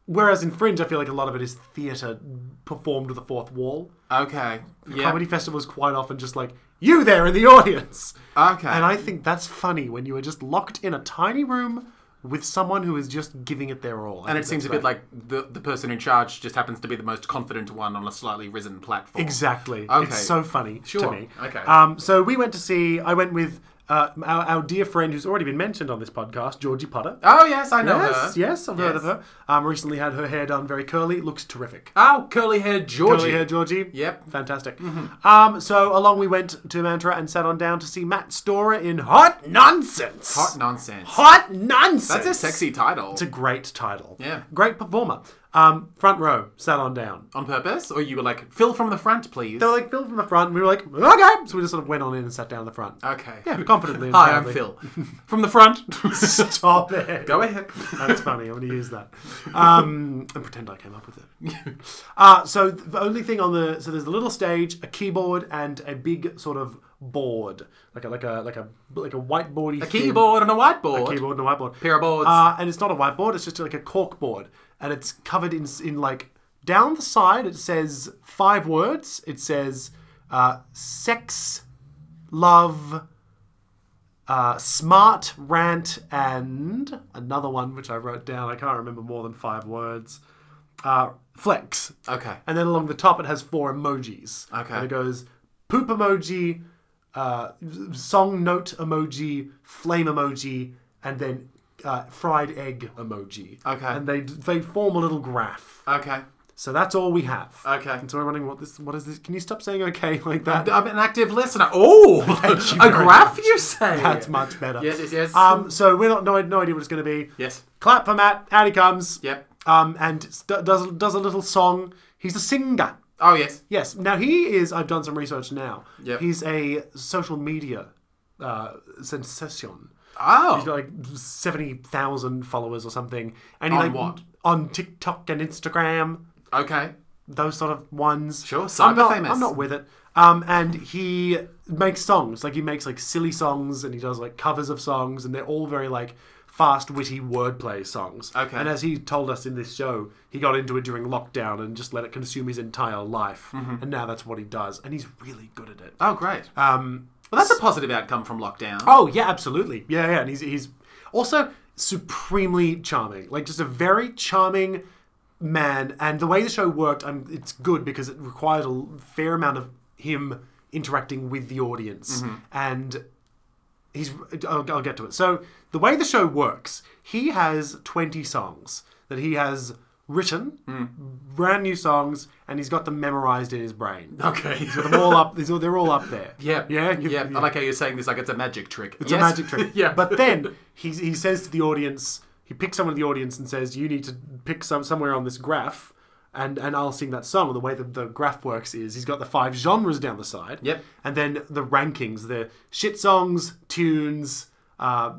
Speaker 1: Whereas in Fringe, I feel like a lot of it is theatre performed with a fourth wall.
Speaker 2: Okay. Yeah.
Speaker 1: Comedy festivals quite often just like you there in the audience.
Speaker 2: Okay.
Speaker 1: And I think that's funny when you are just locked in a tiny room with someone who is just giving it their all.
Speaker 2: and it seems a bit like the the person in charge just happens to be the most confident one on a slightly risen platform.
Speaker 1: Exactly.
Speaker 2: Okay.
Speaker 1: It's so funny
Speaker 2: Sure.
Speaker 1: to me.
Speaker 2: Okay.
Speaker 1: Um, so we went to see, I went with uh, our, our dear friend who's already been mentioned on this podcast, Georgie Potter.
Speaker 2: Oh yes, I know
Speaker 1: yes,
Speaker 2: her.
Speaker 1: yes, I've heard of
Speaker 2: Yes.
Speaker 1: her. Um, recently had her hair done very curly. It looks terrific.
Speaker 2: Oh, curly haired Georgie.
Speaker 1: Curly hair, Georgie.
Speaker 2: Yep. Mm-hmm.
Speaker 1: Fantastic. Um, so along we went to Mantra and sat on down to see Matt Storer in Hot Nonsense.
Speaker 2: Hot nonsense.
Speaker 1: Hot Nonsense.
Speaker 2: That's a sexy title.
Speaker 1: It's a great title.
Speaker 2: Yeah.
Speaker 1: Great performer. Um, front row, sat on down.
Speaker 2: on purpose, or you were like, Phil from the front, please.
Speaker 1: They were like Phil from the front, and we were like, okay. So we just sort of went on in and sat down at the front.
Speaker 2: okay.
Speaker 1: Yeah, confidently. and
Speaker 2: Hi, I'm
Speaker 1: proudly.
Speaker 2: Phil from the front.
Speaker 1: Stop it.
Speaker 2: Go ahead.
Speaker 1: That's funny. I'm going to use that. Um, and pretend I came up with it. Uh, so the only thing on the so there's a little stage, a keyboard, and a big sort of board, like a like a like a like a whiteboardy.
Speaker 2: A keyboard and a whiteboard.
Speaker 1: keyboard and a whiteboard.
Speaker 2: Pair of boards.
Speaker 1: Uh, and it's not a whiteboard. It's just like a cork board, and it's covered in in like down the side. It says five words. It says uh, sex, love, uh, smart rant, and another one which I wrote down. I can't remember more than five words. Uh, flex.
Speaker 2: Okay.
Speaker 1: And then along the top, it has four emojis.
Speaker 2: Okay.
Speaker 1: And it goes poop emoji, uh, song note emoji, flame emoji, and then uh, fried egg emoji.
Speaker 2: Okay.
Speaker 1: And they they form a little graph.
Speaker 2: Okay.
Speaker 1: So that's all we have.
Speaker 2: Okay.
Speaker 1: And so I'm wondering what this what is this? Can you stop saying okay like that?
Speaker 2: I'm an active listener. Oh,
Speaker 1: Uh, you
Speaker 2: a
Speaker 1: very
Speaker 2: graph, you say?
Speaker 1: That's much better.
Speaker 2: Yes, yes, yes.
Speaker 1: Um. So we're not no no idea what it's going to be.
Speaker 2: yes.
Speaker 1: Clap for Matt. Out he comes.
Speaker 2: Yep.
Speaker 1: um, and st- does does a little song. He's a singer.
Speaker 2: Oh yes.
Speaker 1: Yes. Now he is. I've done some research now.
Speaker 2: Yep.
Speaker 1: He's a social media uh, sensation. He's
Speaker 2: Oh.
Speaker 1: got like seventy thousand followers or something. And he
Speaker 2: On
Speaker 1: like
Speaker 2: what?
Speaker 1: on TikTok and Instagram,
Speaker 2: Okay.
Speaker 1: those sort of ones.
Speaker 2: Sure,
Speaker 1: I'm not,
Speaker 2: cyber-famous.
Speaker 1: I'm not with it. Um, and he makes songs. Like he makes like silly songs, and he does like covers of songs, and they're all very like fast, witty wordplay songs.
Speaker 2: Okay.
Speaker 1: And as he told us in this show, he got into it during lockdown and just let it consume his entire life.
Speaker 2: Mm-hmm.
Speaker 1: And now that's what he does, and he's really good at it.
Speaker 2: Oh great.
Speaker 1: Um,
Speaker 2: well, that's a positive outcome from lockdown.
Speaker 1: Oh yeah, absolutely. Yeah, yeah. And he's he's also supremely charming. Like just a very charming man. And the way the show worked, i it's good because it required a fair amount of him interacting with the audience.
Speaker 2: Mm-hmm.
Speaker 1: And he's I'll, I'll get to it. So the way the show works, he has 20 songs that he has written,
Speaker 2: Mm.
Speaker 1: brand new songs, and he's got them memorized in his brain.
Speaker 2: Okay.
Speaker 1: They're all up. They're all- they're all up there.
Speaker 2: Yeah.
Speaker 1: yeah, you-
Speaker 2: Yeah. I like how you're saying this. Like it's a magic trick.
Speaker 1: it's a magic trick.
Speaker 2: yeah.
Speaker 1: But then he, he says to the audience, he picks someone in the audience and says, "You need to pick some somewhere on this graph, and and I'll sing that song." And the way that the graph works is he's got the five genres down the side.
Speaker 2: Yep.
Speaker 1: And then the rankings: the shit songs, tunes, uh,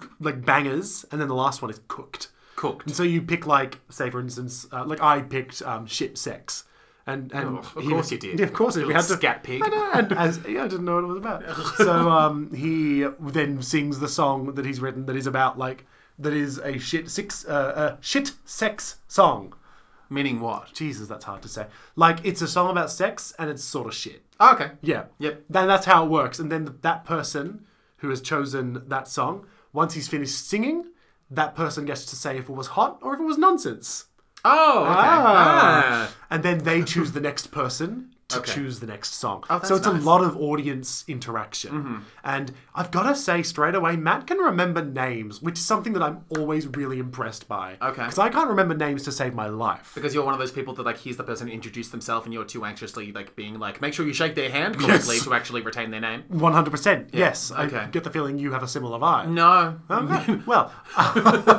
Speaker 1: g- like bangers, and then the last one is cooked.
Speaker 2: cooked.
Speaker 1: And so you pick like, say for instance, uh, like I picked um, ship sex, and and
Speaker 2: Oh, of course you did.
Speaker 1: Yeah, of course I did. we had
Speaker 2: Little
Speaker 1: to
Speaker 2: scat pig.
Speaker 1: I know, and as yeah, I didn't know what it was about. So um, he then sings the song that he's written that is about like that is a shit six uh, uh, shit sex song.
Speaker 2: Meaning what?
Speaker 1: Jesus, that's hard to say. Like it's a song about sex and it's sort of shit.
Speaker 2: Oh, okay.
Speaker 1: Yeah.
Speaker 2: Yep.
Speaker 1: Then that's how it works. And then that person who has chosen that song, once he's finished singing, that person gets to say if it was hot or if it was nonsense.
Speaker 2: Oh. Okay. Ah.
Speaker 1: And then they choose the next person to
Speaker 2: Okay. Oh,
Speaker 1: choose the next song.
Speaker 2: that's
Speaker 1: so it's
Speaker 2: nice. Mm-hmm.
Speaker 1: a lot of audience interaction. And I've got to say straight away, Matt can remember names, which is something that I'm always really impressed by.
Speaker 2: Okay.
Speaker 1: Because I can't remember names to save my life.
Speaker 2: Because you're one of those people that like he's the person who introduced themselves and you're too anxiously like being like make sure you shake their hand correctly to actually retain their name.
Speaker 1: 100%. Yes. I
Speaker 2: okay.
Speaker 1: get the feeling you have a similar vibe.
Speaker 2: No.
Speaker 1: Okay. well,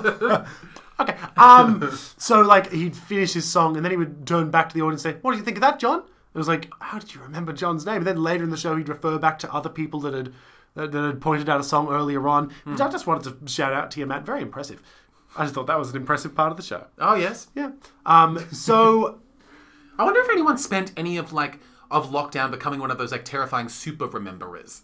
Speaker 1: okay. Um, so like he'd finish his song and then he would turn back to the audience and say, "What do you think of that, John?" It was like, "How did you remember John's name?" And then later in the show, he'd refer back to other people that had that, that had pointed out a song earlier on. Which I just wanted to shout out to you, Matt. Very impressive. I just thought that was an impressive part of the show.
Speaker 2: Oh yes.
Speaker 1: Yeah. Um, so
Speaker 2: I wonder if anyone spent any of like of lockdown becoming one of those like terrifying super rememberers.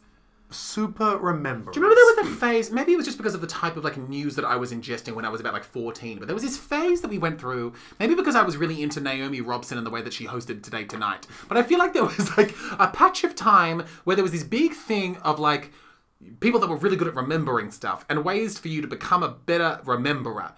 Speaker 1: super remember.
Speaker 2: Remember there was a phase, maybe it was just because of the type of like news that I was ingesting when I was about like 14, but there was this phase that we went through, maybe because I was really into Naomi Robson and the way that she hosted Today Tonight. But I feel like there was like a patch of time where there was this big thing of like people that were really good at remembering stuff and ways for you to become a better rememberer.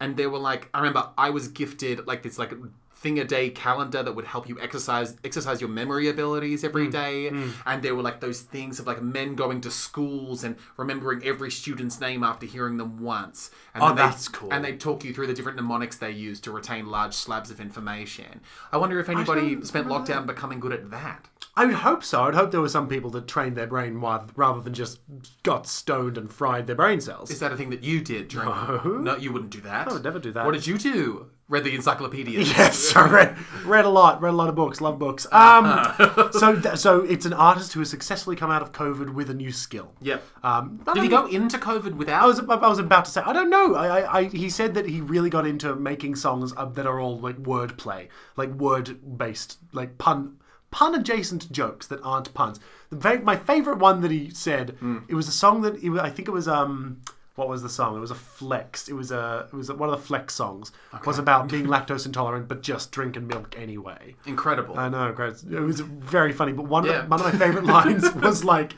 Speaker 2: And they were like, I remember I was gifted like this like thing a day calendar that would help you exercise exercise your memory abilities
Speaker 1: Mm.
Speaker 2: every day. And there were like those things of like men going to schools and remembering every student's name after hearing them once. And
Speaker 1: Oh,
Speaker 2: then they-
Speaker 1: that's cool.
Speaker 2: And they talk you through the different mnemonics they use to retain large slabs of information. I wonder if anybody
Speaker 1: don't
Speaker 2: spent lockdown becoming good at that.
Speaker 1: I would hope so. I'd hope there were some people that trained their brain wa- rather than just got stoned and fried their brain cells.
Speaker 2: Is that a thing that you did during? No, you wouldn't do that. I
Speaker 1: would never do that.
Speaker 2: What did you do? Read the encyclopedia.
Speaker 1: Yes, I read, read a lot, read a lot of books, love books. Um, so, th- so it's an artist who has successfully come out of COVID with a new skill.
Speaker 2: Yep.
Speaker 1: Um, but
Speaker 2: Did
Speaker 1: I,
Speaker 2: he go into COVID without?
Speaker 1: I was, I was about to say, I don't know. I, I, I, he said that he really got into making songs uh, that are all like wordplay, like word based, like pun, pun adjacent jokes that aren't puns. The very, my favorite one that he said, it was a song that he, I think it was um. What was the song? It was a flex. It was a. It was one of the flex songs. Was about being lactose intolerant, but just drinking milk anyway.
Speaker 2: Incredible.
Speaker 1: I know, great. It was very funny, but one, of
Speaker 2: Yeah.
Speaker 1: the, one of my favorite lines was like,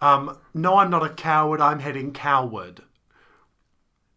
Speaker 1: um, "No, I'm not a coward. I'm heading coward."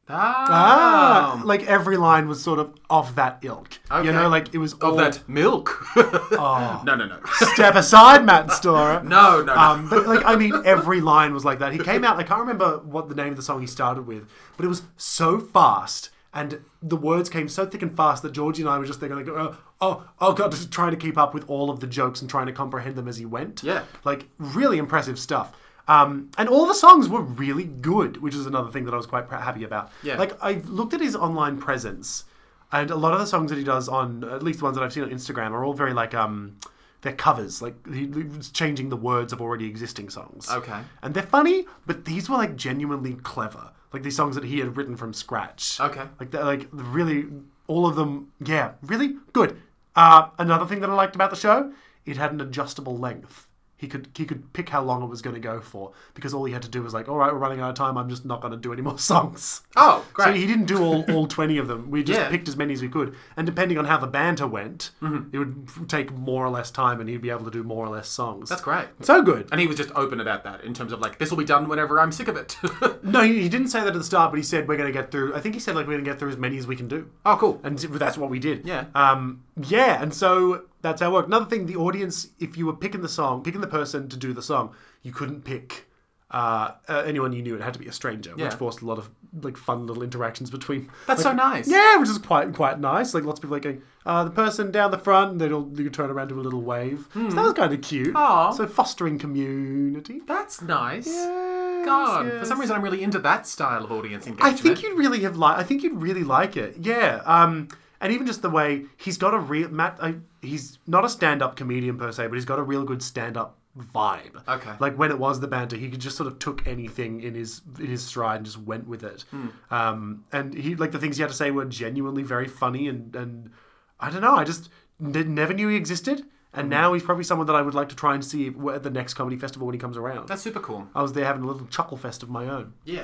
Speaker 2: ah,
Speaker 1: Ah, like every line was sort of of that ilk.
Speaker 2: Okay.
Speaker 1: You know, like it was all
Speaker 2: of that milk.
Speaker 1: Ah.
Speaker 2: No, no, no,
Speaker 1: step aside, Matt Storer.
Speaker 2: no, no. no.
Speaker 1: Um, but like I mean, every line was like that. He came out. I can't remember what the name of the song he started with, but it was so fast, and the words came so thick and fast that Georgie and I were just there going, like, oh, oh, oh god, just trying to keep up with all of the jokes and trying to comprehend them as he went.
Speaker 2: Yeah.
Speaker 1: like really impressive stuff. Um, and all the songs were really good, which is another thing that I was quite pr- happy about.
Speaker 2: Yeah.
Speaker 1: Like I looked at his online presence. And a lot of the songs that he does on, at least the ones that I've seen on Instagram, are all very like um, they're covers. Like he, he's changing the words of already existing songs.
Speaker 2: Okay.
Speaker 1: And they're funny, but these were like genuinely clever. Like these songs that he had written from scratch.
Speaker 2: Okay.
Speaker 1: Like they're like really all of them. Yeah, really good. Uh, another thing that I liked about the show, it had an adjustable length. He could he could pick how long it was going to go for because all he had to do was like, all right, we're running out of time. I'm just not going to do any more songs.
Speaker 2: Oh,
Speaker 1: So
Speaker 2: great.
Speaker 1: he didn't do all, all 20 of them. We just
Speaker 2: Yeah.
Speaker 1: picked as many as we could. And depending on how the banter went,
Speaker 2: Mm-hmm.
Speaker 1: it would f- take more or less time and he'd be able to do more or less songs.
Speaker 2: That's great.
Speaker 1: So good.
Speaker 2: And he was just open about that in terms of like, this will be done whenever I'm sick of it.
Speaker 1: No, he, he didn't say that at the start, but he said, we're going to get through. I think he said, like, we're going to get through as many as we can do.
Speaker 2: oh, cool.
Speaker 1: And that's what we did.
Speaker 2: Yeah.
Speaker 1: Um, yeah, and so that's how it worked. Another thing, the audience, if you were picking the song, picking the person to do the song, you couldn't pick uh, uh, anyone you knew. It had to be a stranger,
Speaker 2: Yeah.
Speaker 1: which forced a lot of like fun little interactions between.
Speaker 2: That's so
Speaker 1: like,
Speaker 2: nice.
Speaker 1: Yeah, which is quite quite nice. Like lots of people like going, uh, the person down the front, and they'd all you turn around to a little wave. So that was kind of cute.
Speaker 2: Hmm. Aw.
Speaker 1: So fostering community.
Speaker 2: That's nice.
Speaker 1: Yes,
Speaker 2: God, for some
Speaker 1: yes.
Speaker 2: reason, I'm really into that style of audience
Speaker 1: I
Speaker 2: engagement.
Speaker 1: think you'd really have like. I think you'd really like it. Yeah. Um, and even just the way he's got a real Matt. I, he's not a stand-up comedian per se, but he's got a real good stand-up vibe.
Speaker 2: Okay.
Speaker 1: Like when it was the banter, he could just sort of took anything in his in his stride and just went with it.
Speaker 2: Hmm.
Speaker 1: Um, and he like the things he had to say were genuinely very funny and and I don't know. I just n- never knew he existed.
Speaker 2: Hmm.
Speaker 1: And now he's probably someone that I would like to try and see at the next comedy festival when he comes around.
Speaker 2: That's super cool.
Speaker 1: I was there having a little chuckle fest of my own.
Speaker 2: Yeah.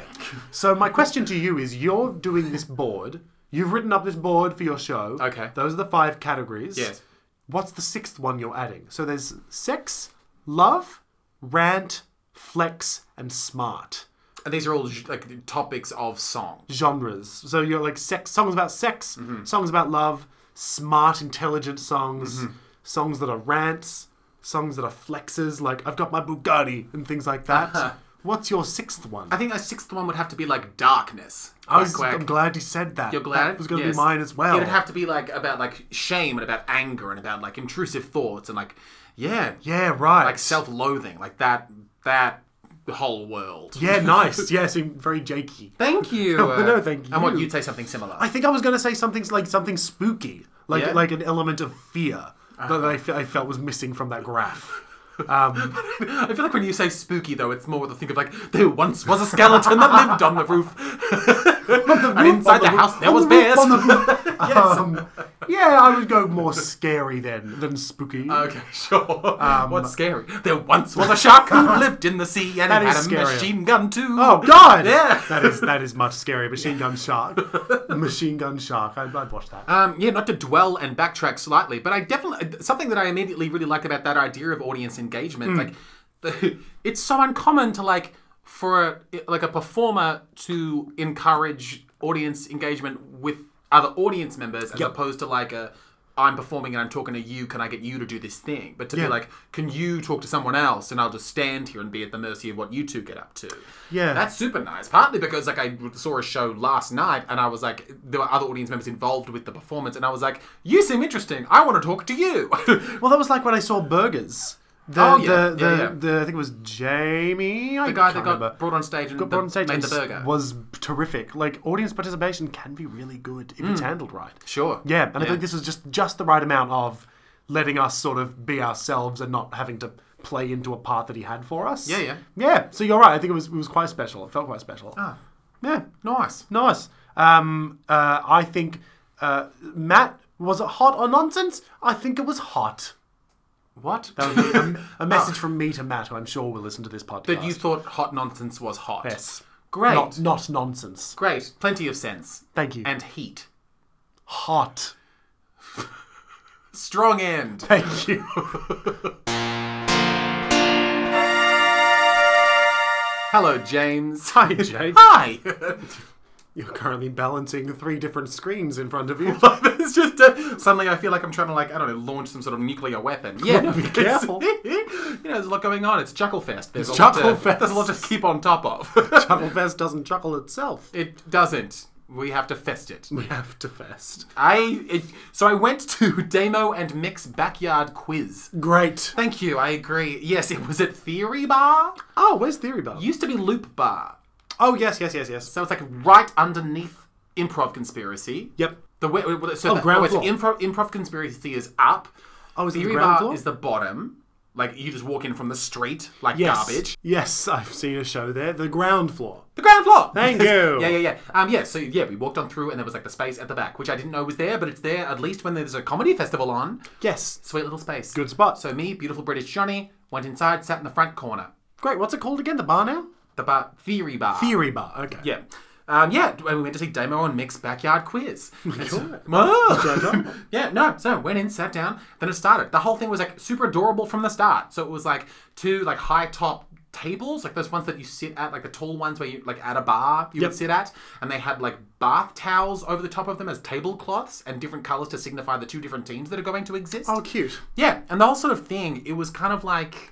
Speaker 1: So my question to you is: You're doing this board. You've written up this board for your show.
Speaker 2: Okay.
Speaker 1: Those are the five categories.
Speaker 2: Yes.
Speaker 1: What's the sixth one you're adding? So there's sex, love, rant, flex, and smart
Speaker 2: And these are all like topics of song.
Speaker 1: genres. So you're like sex songs about sex,
Speaker 2: Mm-hmm.
Speaker 1: songs about love, smart, intelligent songs,
Speaker 2: Mm-hmm.
Speaker 1: songs that are rants, songs that are flexes, like I've got my Bugatti and things like
Speaker 2: Uh-huh.
Speaker 1: that. What's your sixth one?
Speaker 2: I think a sixth one would have to be like darkness.
Speaker 1: I was,
Speaker 2: Quack, quack.
Speaker 1: I'm glad you said that.
Speaker 2: You're glad
Speaker 1: that was going to
Speaker 2: Yes.
Speaker 1: be mine as well.
Speaker 2: It'd have to be like about like shame and about anger and about like intrusive thoughts and like yeah,
Speaker 1: Yeah, right.
Speaker 2: like self-loathing, like that that whole world.
Speaker 1: yeah, nice. Yeah, seemed very jakey.
Speaker 2: Thank you.
Speaker 1: no, thank
Speaker 2: I want
Speaker 1: you.
Speaker 2: you to say something similar.
Speaker 1: I think I was going to say something like something spooky, like
Speaker 2: Yeah? Uh-huh.
Speaker 1: like an element of fear that I, fe- I felt was missing from that graph. Um,
Speaker 2: I feel like when you say spooky, though, it's more the think of like there once was a skeleton that lived on the roof, and inside the,
Speaker 1: roof-
Speaker 2: house there
Speaker 1: on
Speaker 2: was
Speaker 1: the roof,
Speaker 2: bears.
Speaker 1: on the roof. um, yeah, I would go more scary then than spooky.
Speaker 2: Okay, sure. What's scary? There once was a shark who lived in the sea and
Speaker 1: That
Speaker 2: had a
Speaker 1: is scarier.
Speaker 2: machine gun too.
Speaker 1: Oh God!
Speaker 2: Yeah.
Speaker 1: that is that is much scarier. Machine gun shark, machine gun shark. I'd, I'd watch that.
Speaker 2: Um, yeah, not to dwell and backtrack slightly, but I definitely something that I immediately really like about that idea of audience engagement. Like, the, it's so uncommon to like for a, like a performer to encourage audience engagement with other audience members as opposed to like a I'm performing and I'm talking to you. Can I get you to do this thing? But to be like, can you talk to someone else? And I'll just stand here and be at the mercy of what you two get up to.
Speaker 1: Yeah.
Speaker 2: That's super nice. Partly because like I saw a show last night and I was like, there were other audience members involved with the performance, and I was like, you seem interesting. I want to talk to you.
Speaker 1: Well, that was like when I saw Burgers. The,
Speaker 2: Oh, yeah.
Speaker 1: the, the,
Speaker 2: Yeah, yeah.
Speaker 1: the I think it was Jamie. I
Speaker 2: the guy that
Speaker 1: can't
Speaker 2: got
Speaker 1: remember.
Speaker 2: brought on stage and
Speaker 1: got brought on stage
Speaker 2: made
Speaker 1: and
Speaker 2: the burger.
Speaker 1: was terrific. Like audience participation can be really good if it's handled right.
Speaker 2: Mm. sure.
Speaker 1: Yeah, and I think this was just just the right amount of letting us sort of be ourselves and not having to play into a part that he had for us.
Speaker 2: Yeah, yeah.
Speaker 1: yeah. So you're right. I think it was it was quite special. It felt quite special.
Speaker 2: Ah.
Speaker 1: Yeah,
Speaker 2: Nice.
Speaker 1: nice. Um, uh, I think uh, Matt was it hot or nonsense? I think it was hot.
Speaker 2: What?
Speaker 1: That Um, would be a, a message from me to Matt, who I'm sure will listen to this podcast.
Speaker 2: That you thought hot nonsense was hot.
Speaker 1: yes,
Speaker 2: Great.
Speaker 1: not, not nonsense.
Speaker 2: Great. Plenty of sense.
Speaker 1: Thank you.
Speaker 2: And heat.
Speaker 1: hot.
Speaker 2: Strong end.
Speaker 1: Thank you.
Speaker 2: Hello, James.
Speaker 1: Hi, Jake.
Speaker 2: Hi.
Speaker 1: You're currently balancing three different screens in front of you.
Speaker 2: it's just uh, suddenly I feel like I'm trying to like I don't know launch some sort of nuclear weapon. Yeah,
Speaker 1: be careful.
Speaker 2: you know, there's a lot going on. It's Chuckle Fest. There's
Speaker 1: It's
Speaker 2: a lot to-
Speaker 1: Chuckle Fest.
Speaker 2: There's a lot to keep on top of.
Speaker 1: Chucklefest doesn't chuckle itself.
Speaker 2: it doesn't. We have to fest it.
Speaker 1: We have to fest.
Speaker 2: I it, so I went to Demo and Mix backyard quiz.
Speaker 1: Great.
Speaker 2: Thank you. I agree. Yes, it was at Theory Bar.
Speaker 1: Oh, where's Theory Bar?
Speaker 2: Used to be Loop Bar.
Speaker 1: oh, yes, yes, yes, yes.
Speaker 2: So it's like right underneath Improv Conspiracy.
Speaker 1: Yep.
Speaker 2: The way, well, so the,
Speaker 1: ground
Speaker 2: oh, it's
Speaker 1: floor.
Speaker 2: improv, improv conspiracy is up.
Speaker 1: Oh, is it the
Speaker 2: Theory
Speaker 1: ground
Speaker 2: bar
Speaker 1: floor?
Speaker 2: is the bottom. Like you just walk in from the street like
Speaker 1: Yes.
Speaker 2: garbage.
Speaker 1: Yes, I've seen a show there. The ground floor.
Speaker 2: The ground floor.
Speaker 1: Thank you.
Speaker 2: yeah, yeah, yeah. Um, yeah. So yeah, we walked on through, and there was like the space at the back, which I didn't know was there, but it's there at least when there's a comedy festival on.
Speaker 1: Yes.
Speaker 2: Sweet little space.
Speaker 1: Good spot.
Speaker 2: So me, beautiful British Johnny, went inside, sat in the front corner,
Speaker 1: Great. What's it called again? The bar now?
Speaker 2: the bar, theory bar.
Speaker 1: Theory bar. Okay.
Speaker 2: Yeah. Um, yeah, and we went to see Damo and Mick's backyard quiz.
Speaker 1: Sure.
Speaker 2: Oh! yeah, no, so went in, sat down, then it started. The whole thing was like super adorable from the start. So it was like two like high top tables, like those ones that you sit at, like the tall ones where you like at a bar you would sit at, and they had like bath towels over the top of them as tablecloths and different colours to signify the two different teams that are going to exist.
Speaker 1: Oh, cute.
Speaker 2: Yeah, and the whole sort of thing, it was kind of like.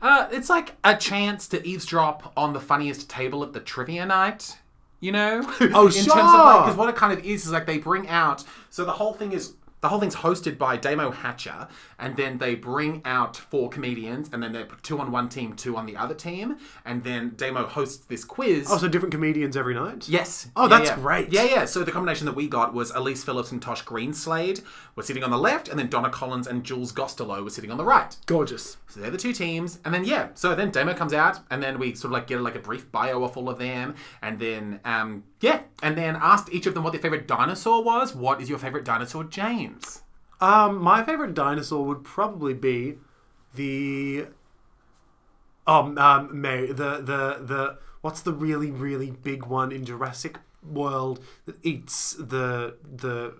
Speaker 2: Uh, it's like a chance to eavesdrop on the funniest table at the trivia night, you know? Oh, In
Speaker 1: sure.
Speaker 2: terms of like, because what it kind of is is like they bring out. So the whole thing is the whole thing's hosted by Damo Hatcher, and then they bring out four comedians, and then they put two on one team, two on the other team, and then Damo hosts this quiz.
Speaker 1: Oh, so different comedians every night?
Speaker 2: Yes.
Speaker 1: Oh,
Speaker 2: Yeah,
Speaker 1: that's
Speaker 2: yeah.
Speaker 1: great.
Speaker 2: Yeah, yeah. So the combination that we got was Elise Phillips and Tosh Greenslade were sitting on the left, and then Donna Collins and Jules Gostelow were sitting on the right.
Speaker 1: Gorgeous.
Speaker 2: So they're the two teams, and then yeah. So then Demo comes out, and then we sort of like get like a brief bio off all of them, and then um yeah, and then asked each of them what their favorite dinosaur was. What is your favorite dinosaur, James?
Speaker 1: Um, my favorite dinosaur would probably be the um, um May the the the what's the really really big one in Jurassic World that eats the the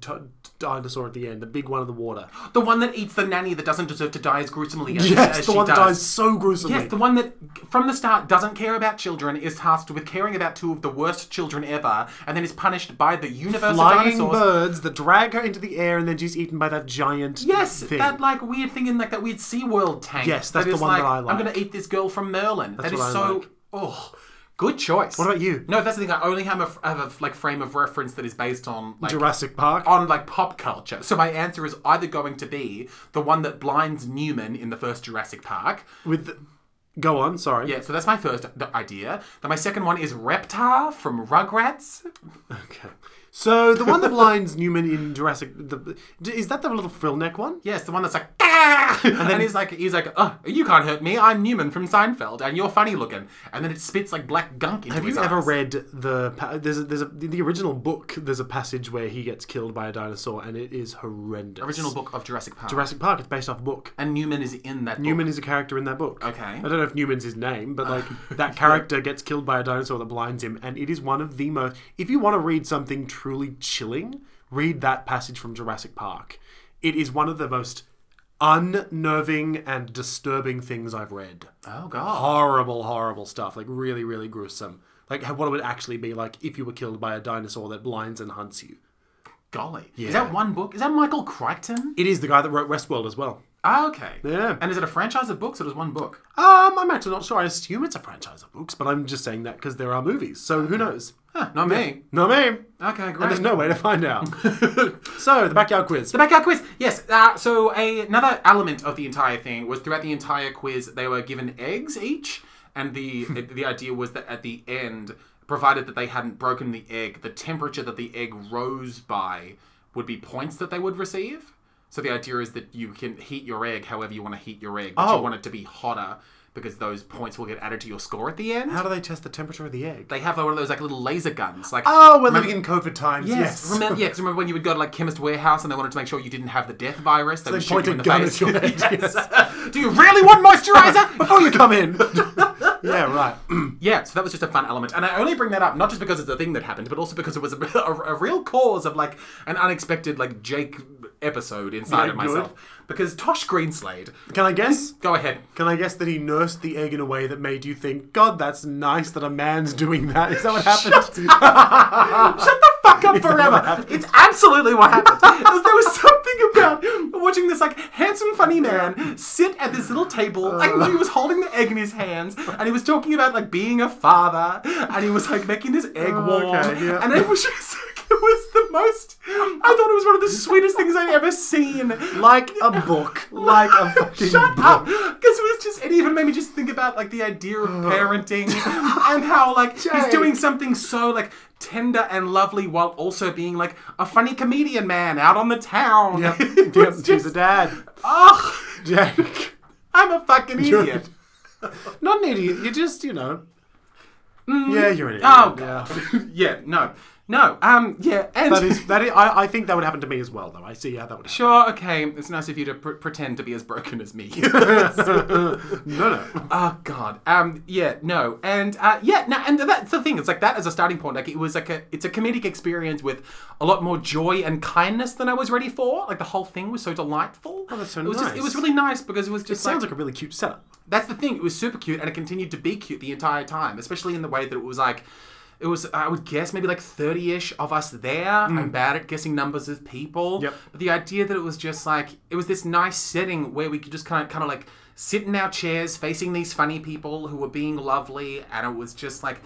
Speaker 1: t- dinosaur at the end, the big one in the water.
Speaker 2: The one that eats the nanny that doesn't deserve to die as gruesomely as,
Speaker 1: Yes,
Speaker 2: as
Speaker 1: the
Speaker 2: she
Speaker 1: one that
Speaker 2: does.
Speaker 1: dies so gruesomely.
Speaker 2: Yes, the one that from the start doesn't care about children is tasked with caring about two of the worst children ever, and then is punished by the universal
Speaker 1: Flying
Speaker 2: dinosaurs.
Speaker 1: birds that drag her into the air and then she's eaten by that giant
Speaker 2: Yes,
Speaker 1: thing.
Speaker 2: that like weird thing in like that weird SeaWorld tank.
Speaker 1: Yes, that's
Speaker 2: that
Speaker 1: the
Speaker 2: is
Speaker 1: one that I
Speaker 2: I'm
Speaker 1: like.
Speaker 2: gonna eat this girl from Merlin. That's
Speaker 1: what I
Speaker 2: so.
Speaker 1: like.
Speaker 2: Oh, good choice. What
Speaker 1: about you?
Speaker 2: No, that's the thing. I only have a, f- have a like frame of reference that is based on like
Speaker 1: Jurassic Park.
Speaker 2: on like pop culture. So my answer is either going to be the one that blinds Newman in the first Jurassic Park.
Speaker 1: With the, go on, sorry.
Speaker 2: Yeah, so that's my first d- idea. Then my second one is Reptar from Rugrats.
Speaker 1: Okay. So the one that blinds Newman in Jurassic, the, is that the little frill neck one?
Speaker 2: Yes, the one that's like, "Ah!" and then he's like, he's like, oh, you can't hurt me. I'm Newman from Seinfeld, and you're funny looking. And then it spits like black gunk into
Speaker 1: Have
Speaker 2: his
Speaker 1: you ever
Speaker 2: eyes.
Speaker 1: read the pa- there's a, there's a, the original book? There's a passage where he gets killed by a dinosaur, and it is horrendous.
Speaker 2: original book of Jurassic Park?
Speaker 1: Jurassic Park. It's based off a book.
Speaker 2: and Newman is in that.
Speaker 1: Newman is a character in that book.
Speaker 2: Okay.
Speaker 1: I don't know if Newman's his name, but like that character gets killed by a dinosaur that blinds him, and it is one of the most. If you want to read something truly chilling, read that passage from Jurassic Park. It is one of the most unnerving and disturbing things I've read.
Speaker 2: Book. Oh god.
Speaker 1: horrible, horrible stuff. Like really, really gruesome. Like how- what it would actually be like if you were killed by a dinosaur that blinds and hunts you.
Speaker 2: Golly. Is that one book? Is that Michael Crichton?
Speaker 1: It is the guy that wrote Westworld as well.
Speaker 2: Ah, okay.
Speaker 1: Yeah.
Speaker 2: And is it a franchise of books or just one book?
Speaker 1: Um, I'm actually not sure. I assume it's a franchise of books, but I'm just saying that because there are movies. So who knows?
Speaker 2: Huh, not me.
Speaker 1: No me.
Speaker 2: Okay, great.
Speaker 1: And there's no way to find out. so the backyard quiz.
Speaker 2: The backyard quiz. Yes. Uh, so a, another element of the entire thing was throughout the entire quiz they were given eggs each, and
Speaker 1: Hmm.
Speaker 2: the the idea was that at the end, provided that they hadn't broken the egg, the temperature that the egg rose by would be points that they would receive. So the idea is that you can heat your egg however you want to heat your egg, but
Speaker 1: Oh.
Speaker 2: you want it to be hotter because those points will get added to your score at the end.
Speaker 1: How do they test the temperature of the egg?
Speaker 2: they have one of those like little laser guns, like
Speaker 1: Oh, we're living in COVID times. Yes.
Speaker 2: Yes. Remember, yeah, 'cause remember when you would go to like Chemist Warehouse and they wanted to make sure you didn't have the death virus? They, would
Speaker 1: they
Speaker 2: shoot
Speaker 1: point
Speaker 2: you
Speaker 1: a
Speaker 2: in the
Speaker 1: gun at
Speaker 2: face.
Speaker 1: your head,
Speaker 2: Yes. Do you really want moisturizer?
Speaker 1: Before you come in. yeah, right.
Speaker 2: yeah, so that was just a fun element. And I only bring that up not just because it's a thing that happened, but also because it was a, a, a real cause of like an unexpected like Jake episode inside
Speaker 1: Yeah,
Speaker 2: of
Speaker 1: good.
Speaker 2: myself. Because Tosh Greenslade.
Speaker 1: Can I guess?
Speaker 2: Go ahead.
Speaker 1: Can I guess that he nursed the egg in a way that made you think, God, that's nice that a man's doing that? Is that what happened?
Speaker 2: Shut the fuck up forever. It's absolutely what happened. 'Cause there was something about watching this like handsome, funny man sit at this little table.
Speaker 1: Uh.
Speaker 2: and he was holding the egg in his hands, and he was talking about like being a father, and he was like making this egg warm,
Speaker 1: Oh, okay, yeah.
Speaker 2: and it was just. like, It was the most. I thought it was one of the sweetest things I'd ever seen.
Speaker 1: like a book. Like a fucking
Speaker 2: Shut
Speaker 1: book.
Speaker 2: up! Because it was just it even made me just think about like the idea of parenting and how like he's
Speaker 1: Jake.
Speaker 2: doing something so like tender and lovely while also being like a funny comedian man out on the town.
Speaker 1: Yep.
Speaker 2: It
Speaker 1: yep.
Speaker 2: was
Speaker 1: She's
Speaker 2: just,
Speaker 1: a dad.
Speaker 2: oh,
Speaker 1: Jake.
Speaker 2: I'm a fucking
Speaker 1: You're-
Speaker 2: idiot.
Speaker 1: Not an idiot. You're just, you know. Mm. Yeah, you're an idiot.
Speaker 2: Oh,
Speaker 1: yeah.
Speaker 2: yeah, no, no, um, yeah, and
Speaker 1: That is, that is I, I think that would happen to me as well, though. I see how that would happen.
Speaker 2: sure, okay, it's nice of you to pr- pretend to be as broken as me.
Speaker 1: No, no.
Speaker 2: Oh God. Um. Yeah. No. And uh. Yeah. No. And that's the thing. It's like that as a starting point. Like it was like a. It's a comedic experience with a lot more joy and kindness than I was ready for. Like the whole thing was so delightful.
Speaker 1: Oh, that's so
Speaker 2: it was Just, it
Speaker 1: nice.
Speaker 2: was really nice because it was just like,
Speaker 1: Sounds like a really cute setup.
Speaker 2: that's the thing. It was super cute and it continued to be cute the entire time, especially in the way that it was like. It was, I would guess, maybe like 30 ish of us there. I'm bad at guessing numbers of people.
Speaker 1: Mm. Yep.
Speaker 2: But the idea that it was just like, it was this nice setting where we could just kind of, kind of like sit in our chairs facing these funny people who were being lovely. And it was just like,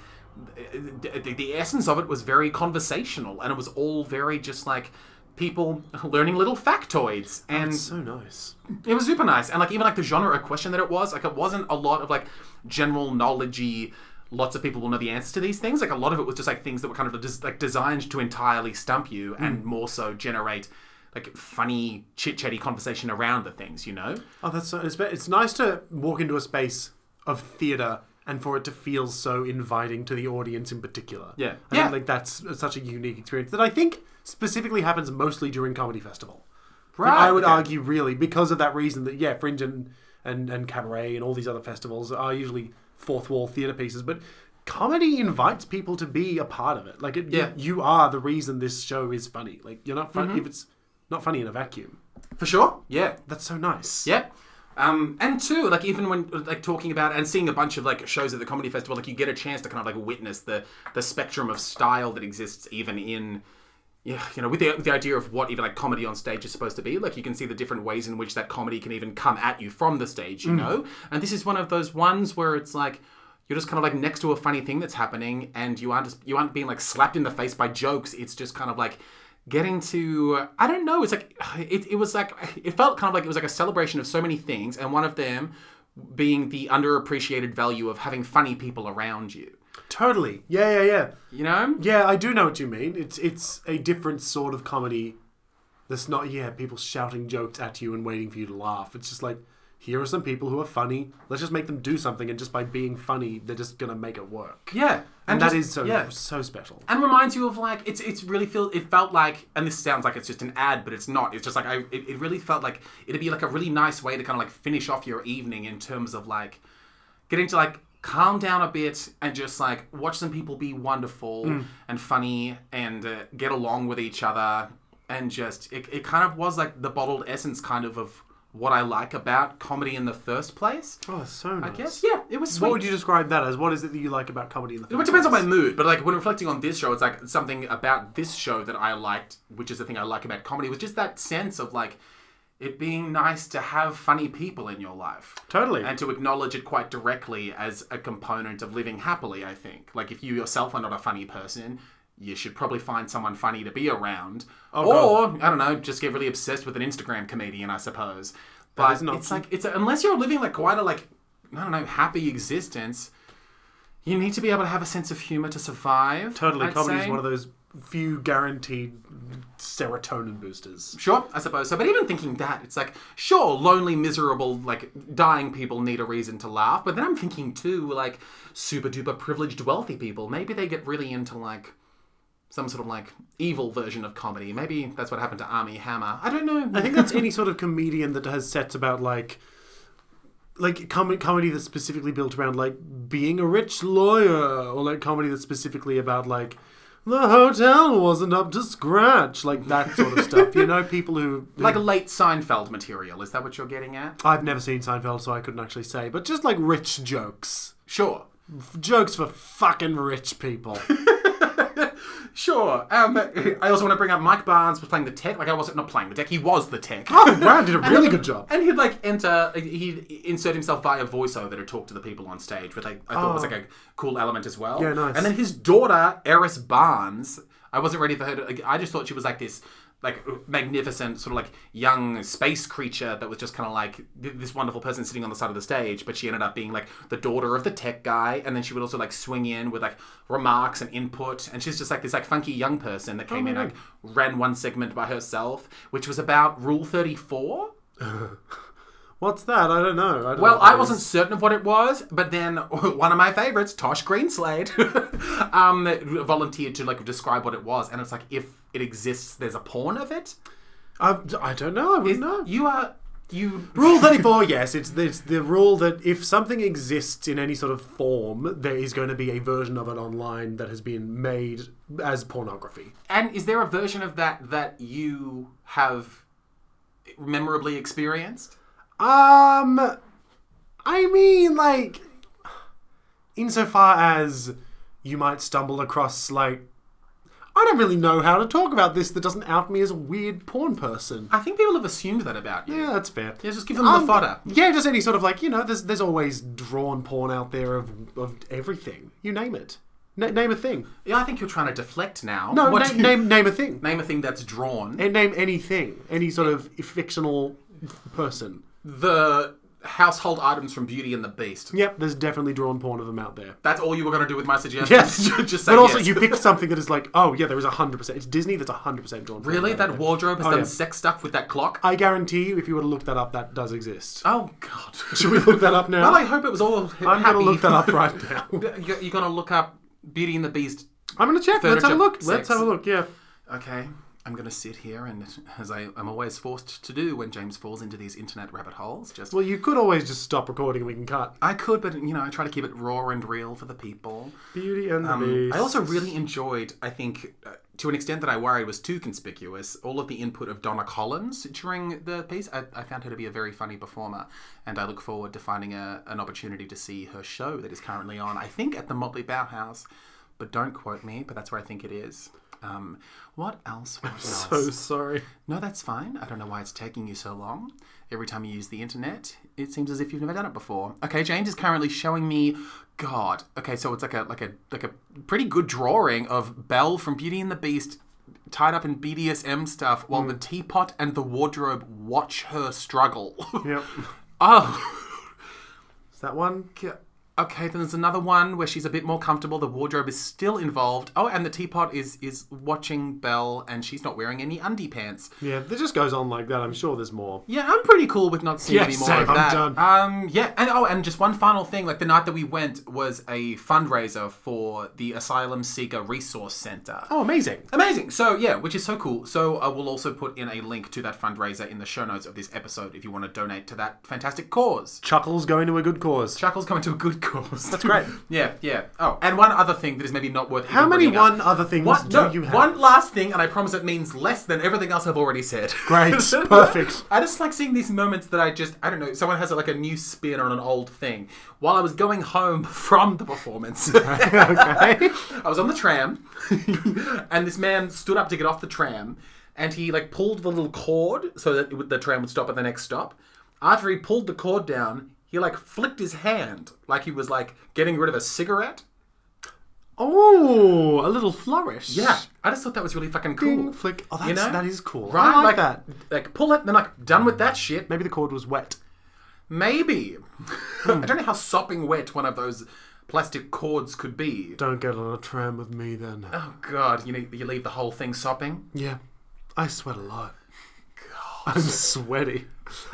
Speaker 2: the, the- the essence of it was very conversational. And it was all very just like people learning little factoids. And
Speaker 1: So nice.
Speaker 2: it was super nice, and like even like the genre of question that it was, like it wasn't a lot of like general knowledgey. Lots of people will know the answer to these things. Like a lot of it was just like things that were kind of just like designed to entirely stump you, and more so generate like funny chit chatty conversation around the things. You know,
Speaker 1: Oh, that's so. It's, be- it's nice to walk into a space of theatre and for it to feel so inviting to the audience in particular.
Speaker 2: Yeah.
Speaker 1: I
Speaker 2: Yeah.
Speaker 1: think like that's such a unique experience that I think specifically happens mostly during comedy festival. Like,
Speaker 2: Right,
Speaker 1: I would
Speaker 2: okay.
Speaker 1: argue really because of that reason that yeah, Fringe and, and and cabaret and all these other festivals are usually fourth wall theatre pieces, but comedy invites people to be a part of it. Like it,
Speaker 2: Yeah. Mm-hmm.
Speaker 1: you, you are the reason this show is funny. Like you're not fun if it's not funny in a vacuum.
Speaker 2: for sure. Yeah,
Speaker 1: That's so nice.
Speaker 2: Yep. Um, and two, like even when like talking about and seeing a bunch of like shows at the comedy festival, like you get a chance to kind of like witness the the spectrum of style that exists even in yeah, you know, with the, with the idea of what even like comedy on stage is supposed to be, like you can see the different ways in which that comedy can even come at you from the stage,
Speaker 1: Mm.
Speaker 2: you know. And this is one of those ones where it's like you're just kind of like next to a funny thing that's happening, and you aren't just, you aren't being like slapped in the face by jokes. It's just kind of like getting to I don't know. It's like it, it was like it felt kind of like it was like a celebration of so many things, and one of them being the underappreciated value of having funny people around you.
Speaker 1: Totally. Yeah, yeah, yeah.
Speaker 2: You know?
Speaker 1: Yeah, I do know what you mean. It's it's a different sort of comedy that's not yeah, people shouting jokes at you and waiting for you to laugh. It's just like here are some people who are funny. Let's just make them do something and just by being funny, they're just going to make it work.
Speaker 2: Yeah,
Speaker 1: And, that is
Speaker 2: just-
Speaker 1: so
Speaker 2: yeah.
Speaker 1: so special.
Speaker 2: and reminds you of like it's it's really feel it felt like and this sounds like it's just an ad but it's not it's just like I it, it really felt like it'd be like a really nice way to kind of like finish off your evening in terms of like getting to like calm down a bit and just like watch some people be wonderful and funny and uh, get along with each other and just it, it kind of was like the bottled essence kind of of what I like about comedy in the first place
Speaker 1: Oh, so nice.
Speaker 2: I guess yeah it was sweet.
Speaker 1: What would you describe that as? What is it that you like about comedy in the
Speaker 2: It depends on my mood, but like when reflecting on this show, it's like something about this show that I liked, which is the thing I like about comedy, was just that sense of like it being nice to have funny people in your life.
Speaker 1: Totally.
Speaker 2: And to acknowledge it quite directly as a component of living happily, I think. Like if you yourself are not a funny person, you should probably find someone funny to be around.
Speaker 1: Oh,
Speaker 2: or, I don't know, just get really obsessed with an Instagram comedian, I suppose. But
Speaker 1: is not-
Speaker 2: it's like it's unless you're living like quite a like I don't know, happy existence, you need to be able to have a sense of humor to survive.
Speaker 1: Totally,
Speaker 2: I'd
Speaker 1: comedy is
Speaker 2: say.
Speaker 1: one of those few guaranteed serotonin boosters.
Speaker 2: Sure, I suppose so. But even thinking that, it's like, sure, lonely, miserable, like dying people need a reason to laugh. But then I'm thinking too, like super duper privileged, wealthy people. Maybe they get really into like some sort of like evil version of comedy. Maybe that's what happened to Army Hammer. I don't know.
Speaker 1: I think that's any sort of comedian that has sets about like like com- comedy that's specifically built around like being a rich lawyer or like comedy that's specifically about like the hotel wasn't up to scratch like that sort of stuff you know people who
Speaker 2: like late Seinfeld material. Is that what you're getting at?
Speaker 1: I've never seen Seinfeld so I couldn't actually say but just like rich jokes
Speaker 2: Sure.
Speaker 1: jokes for fucking rich people
Speaker 2: Sure. Um, I also want to bring up Mike Barnes was playing the tech. Like I wasn't not playing the tech. He was the tech.
Speaker 1: oh wow did a really good job
Speaker 2: And he'd like enter, he'd insert himself via voiceover to talk to the people on stage, which like, I thought was like a cool element as well.
Speaker 1: Oh. Yeah, nice.
Speaker 2: And then his daughter, Eris Barnes, I wasn't ready for her to, like, I just thought she was like this like magnificent sort of like young space creature that was just kind of like th- this wonderful person sitting on the side of the stage but she ended up being like the daughter of the tech guy and then she would also like swing in with like remarks and input and she's just like this like funky young person
Speaker 1: Oh,
Speaker 2: that came in like ran one segment by herself which was about rule 34
Speaker 3: What's that? I don't know. I don't
Speaker 2: well,
Speaker 3: know
Speaker 2: I wasn't certain of what it was, but then one of my favorites, Tosh Greenslade, um, volunteered to like describe what it was, and it's like if it exists, there's a porn of it.
Speaker 3: I, I don't know. I wouldn't know.
Speaker 2: You are you
Speaker 1: Rule 34, yes. It's the, it's the rule that if something exists in any sort of form, there is going to be a version of it online that has been made as pornography.
Speaker 2: and is there a version of that that you have memorably experienced?
Speaker 1: Um, I mean, like, insofar as you might stumble across, like, I don't really know how to talk about this that doesn't out me as a weird porn person.
Speaker 2: I think people have assumed that about you.
Speaker 1: Yeah, that's fair.
Speaker 2: Yeah, just give them the
Speaker 1: Um,
Speaker 2: fodder.
Speaker 1: Yeah, just any sort of like you know, there's there's always drawn porn out there of of everything. You name it. Na name a thing.
Speaker 2: Yeah, I think you're trying to deflect now.
Speaker 1: No,
Speaker 2: What
Speaker 1: na-
Speaker 2: do you-
Speaker 1: name name a thing.
Speaker 2: name a thing that's drawn.
Speaker 1: And name anything, any sort of fictional person.
Speaker 2: The household items from Beauty and the Beast.
Speaker 1: Yep, there's definitely drawn porn of them out there.
Speaker 2: That's all you were going to do with my suggestion.
Speaker 1: Yes,
Speaker 2: just say
Speaker 1: but also
Speaker 2: yes.
Speaker 1: you pick something that is like, oh yeah, there is hundred percent. It's Disney that's hundred percent drawn. porn
Speaker 2: Really?
Speaker 1: out there.
Speaker 2: That wardrobe has done
Speaker 1: yeah.
Speaker 2: sex stuff with that clock?
Speaker 1: I guarantee you, if you were to look that up, that does exist.
Speaker 2: oh, God.
Speaker 1: Should we look that up now?
Speaker 2: well, I hope it was all h-
Speaker 1: I'm
Speaker 2: happy.
Speaker 1: gonna look that up right now.
Speaker 2: You're, you're going to look up Beauty and the Beast.
Speaker 1: I'm gonna check. Let's have a
Speaker 2: Furniture
Speaker 1: look. Let's
Speaker 2: sex.
Speaker 1: have a look. Yeah.
Speaker 2: Okay, I'm going to sit here and, as I am always forced to do when James falls into these internet rabbit holes, just.
Speaker 1: Well, you could always just stop recording and we can cut.
Speaker 2: I could, but, you know, I try to keep it raw and real for the people.
Speaker 1: Beauty and the
Speaker 2: Um,
Speaker 1: Beast.
Speaker 2: I also really enjoyed, I think, uh, to an extent that I worried was too conspicuous, all of the input of Donna Collins during the piece. I, I found her to be a very funny performer, and I look forward to finding a, an opportunity to see her show that is currently on, I think, at the Motley Bauhaus, but don't quote me, but that's where I think it is. Um, what else? What else?
Speaker 1: so sorry.
Speaker 2: No, that's fine. I don't know why it's taking you so long. Every time you use the internet, it seems as if you've never done it before. Okay, James is currently showing me God. Okay, so it's like a like a like a pretty good drawing of Belle from Beauty and the Beast tied up in BDSM stuff while the teapot and the wardrobe watch her struggle.
Speaker 1: Yep.
Speaker 2: oh.
Speaker 1: Is that one?
Speaker 2: Okay, then there's another one where she's a bit more comfortable. The wardrobe is still involved. Oh, and the teapot is is watching Belle, and she's not wearing any undie pants.
Speaker 1: Yeah. It just goes on like that. I'm sure there's more.
Speaker 2: Yeah, I'm pretty cool with not seeing
Speaker 1: Yeah,
Speaker 2: any more
Speaker 1: same,
Speaker 2: of
Speaker 1: I'm
Speaker 2: that.
Speaker 1: done.
Speaker 2: Um, yeah, and oh, and just one final thing. Like the night that we went was a fundraiser for the Asylum Seeker Resource Center.
Speaker 1: Oh, amazing.
Speaker 2: Amazing. So yeah, which is so cool. So I will also put in a link to that fundraiser in the show notes of this episode if you want to donate to that fantastic cause.
Speaker 1: Chuckles going to a good cause.
Speaker 2: Chuckles coming to a good cause. That's
Speaker 1: great.
Speaker 2: yeah, yeah. Oh, and one other thing that is maybe not worth.
Speaker 1: How
Speaker 2: even
Speaker 1: many
Speaker 2: bringing up.
Speaker 1: one other things
Speaker 2: What?
Speaker 1: do
Speaker 2: No,
Speaker 1: you have?
Speaker 2: one last thing, and I promise it means less than everything else I've already said.
Speaker 1: Great. Perfect.
Speaker 2: I just like seeing these moments that I just, I don't know, someone has like a new spin on an old thing. While I was going home from the performance,
Speaker 1: okay.
Speaker 2: I was on the tram, and this man stood up to get off the tram, and he like pulled the little cord so that it would, the tram would stop at the next stop. After he pulled the cord down, he like flicked his hand like he was like getting rid of a cigarette.
Speaker 1: Oh, a little flourish.
Speaker 2: Yeah, I just thought that was really fucking cool.
Speaker 1: Ding, flick. Oh, that's,
Speaker 2: You know?
Speaker 1: that is cool.
Speaker 2: Right?
Speaker 1: I like, that.
Speaker 2: Like pull it, and then like done with that shit.
Speaker 1: Maybe the cord was wet.
Speaker 2: Maybe. I don't know how sopping wet one of those plastic cords could be.
Speaker 1: Don't get on a tram with me then.
Speaker 2: Oh god, you need, you leave the whole thing sopping.
Speaker 1: Yeah, I sweat a lot. I'm sweaty.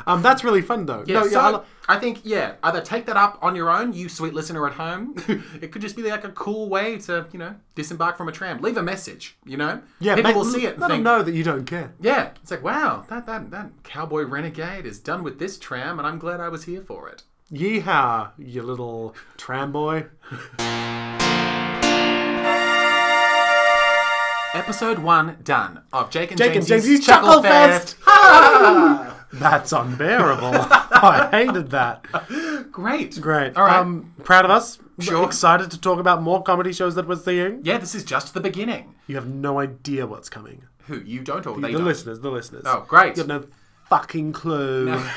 Speaker 1: Um, that's really fun though.
Speaker 2: Yeah,
Speaker 1: no,
Speaker 2: so
Speaker 1: yeah, I li-
Speaker 2: I think yeah. Either take that up on your own, you sweet listener at home. it could just be like a cool way to you know disembark from a tram. Leave a message, you know.
Speaker 1: yeah.
Speaker 2: people
Speaker 1: mate,
Speaker 2: will see it. And
Speaker 1: Let them
Speaker 2: think,
Speaker 1: know that you don't care.
Speaker 2: Yeah, it's like wow, that that that cowboy renegade is done with this tram, and I'm glad I was here for it.
Speaker 1: Yeehaw, you little tram boy.
Speaker 2: Episode one done of Jake and
Speaker 1: Jake and
Speaker 2: James's,
Speaker 1: Jamesie's
Speaker 2: Chuckle,
Speaker 1: Chuckle
Speaker 2: Fest.
Speaker 1: That's unbearable. I hated that.
Speaker 2: Great,
Speaker 1: Great.
Speaker 2: All right.
Speaker 1: Um, proud of us.
Speaker 2: Sure.
Speaker 1: Excited to talk about more comedy shows that we're seeing.
Speaker 2: yeah, this is just the beginning.
Speaker 1: You have no idea what's coming.
Speaker 2: Who you don't or they
Speaker 1: the
Speaker 2: don't?
Speaker 1: listeners, the listeners.
Speaker 2: Oh, great.
Speaker 1: You have no fucking clue.
Speaker 2: Yeah,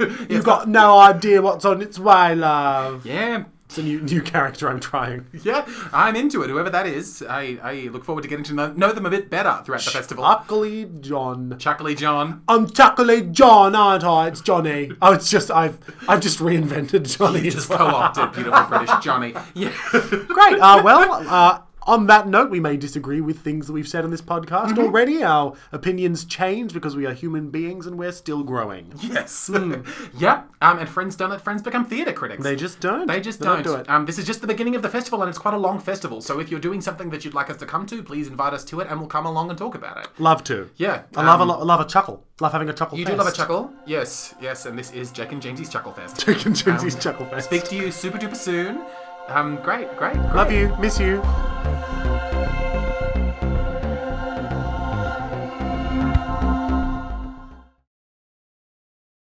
Speaker 2: it's
Speaker 1: You've got no idea what's on its way, love.
Speaker 2: Yeah,
Speaker 3: It's a new new character I'm trying.
Speaker 2: Yeah, I'm into it. Whoever that is, I, I look forward to getting to know, know them a bit better throughout the festival.
Speaker 1: Buckley John.
Speaker 2: Chuckley John.
Speaker 1: I'm chocolate John, aren't I? It's Johnny. Oh, it's just I've I've just reinvented Johnny.
Speaker 2: Just co-opted beautiful British Johnny. Yeah.
Speaker 1: Great. Uh, well, uh, on that note, we may disagree with things that we've said on this podcast
Speaker 2: Mm-hmm.
Speaker 1: already. Our opinions change because we are human beings and we're still growing.
Speaker 2: Yes. yep. Um, and friends don't let friends become theatre critics.
Speaker 1: Hmm. They just don't.
Speaker 2: They just don't. Um, this is just the beginning of the festival, and it's quite a long festival. So if you're doing something that you'd like us to come to, please invite us to it, and we'll come along and talk about it.
Speaker 1: Love to.
Speaker 2: Yeah,
Speaker 1: I love a
Speaker 2: um,
Speaker 1: lo- love a chuckle. Love having a chuckle.
Speaker 2: You do love a chuckle, yes, yes. And this is Jack and Jamesie's Chuckle Fest.
Speaker 1: Jamesie's chuckle fest.
Speaker 2: Speak Um, to you super duper soon. Um, great, great, great.
Speaker 1: Love you. Miss you.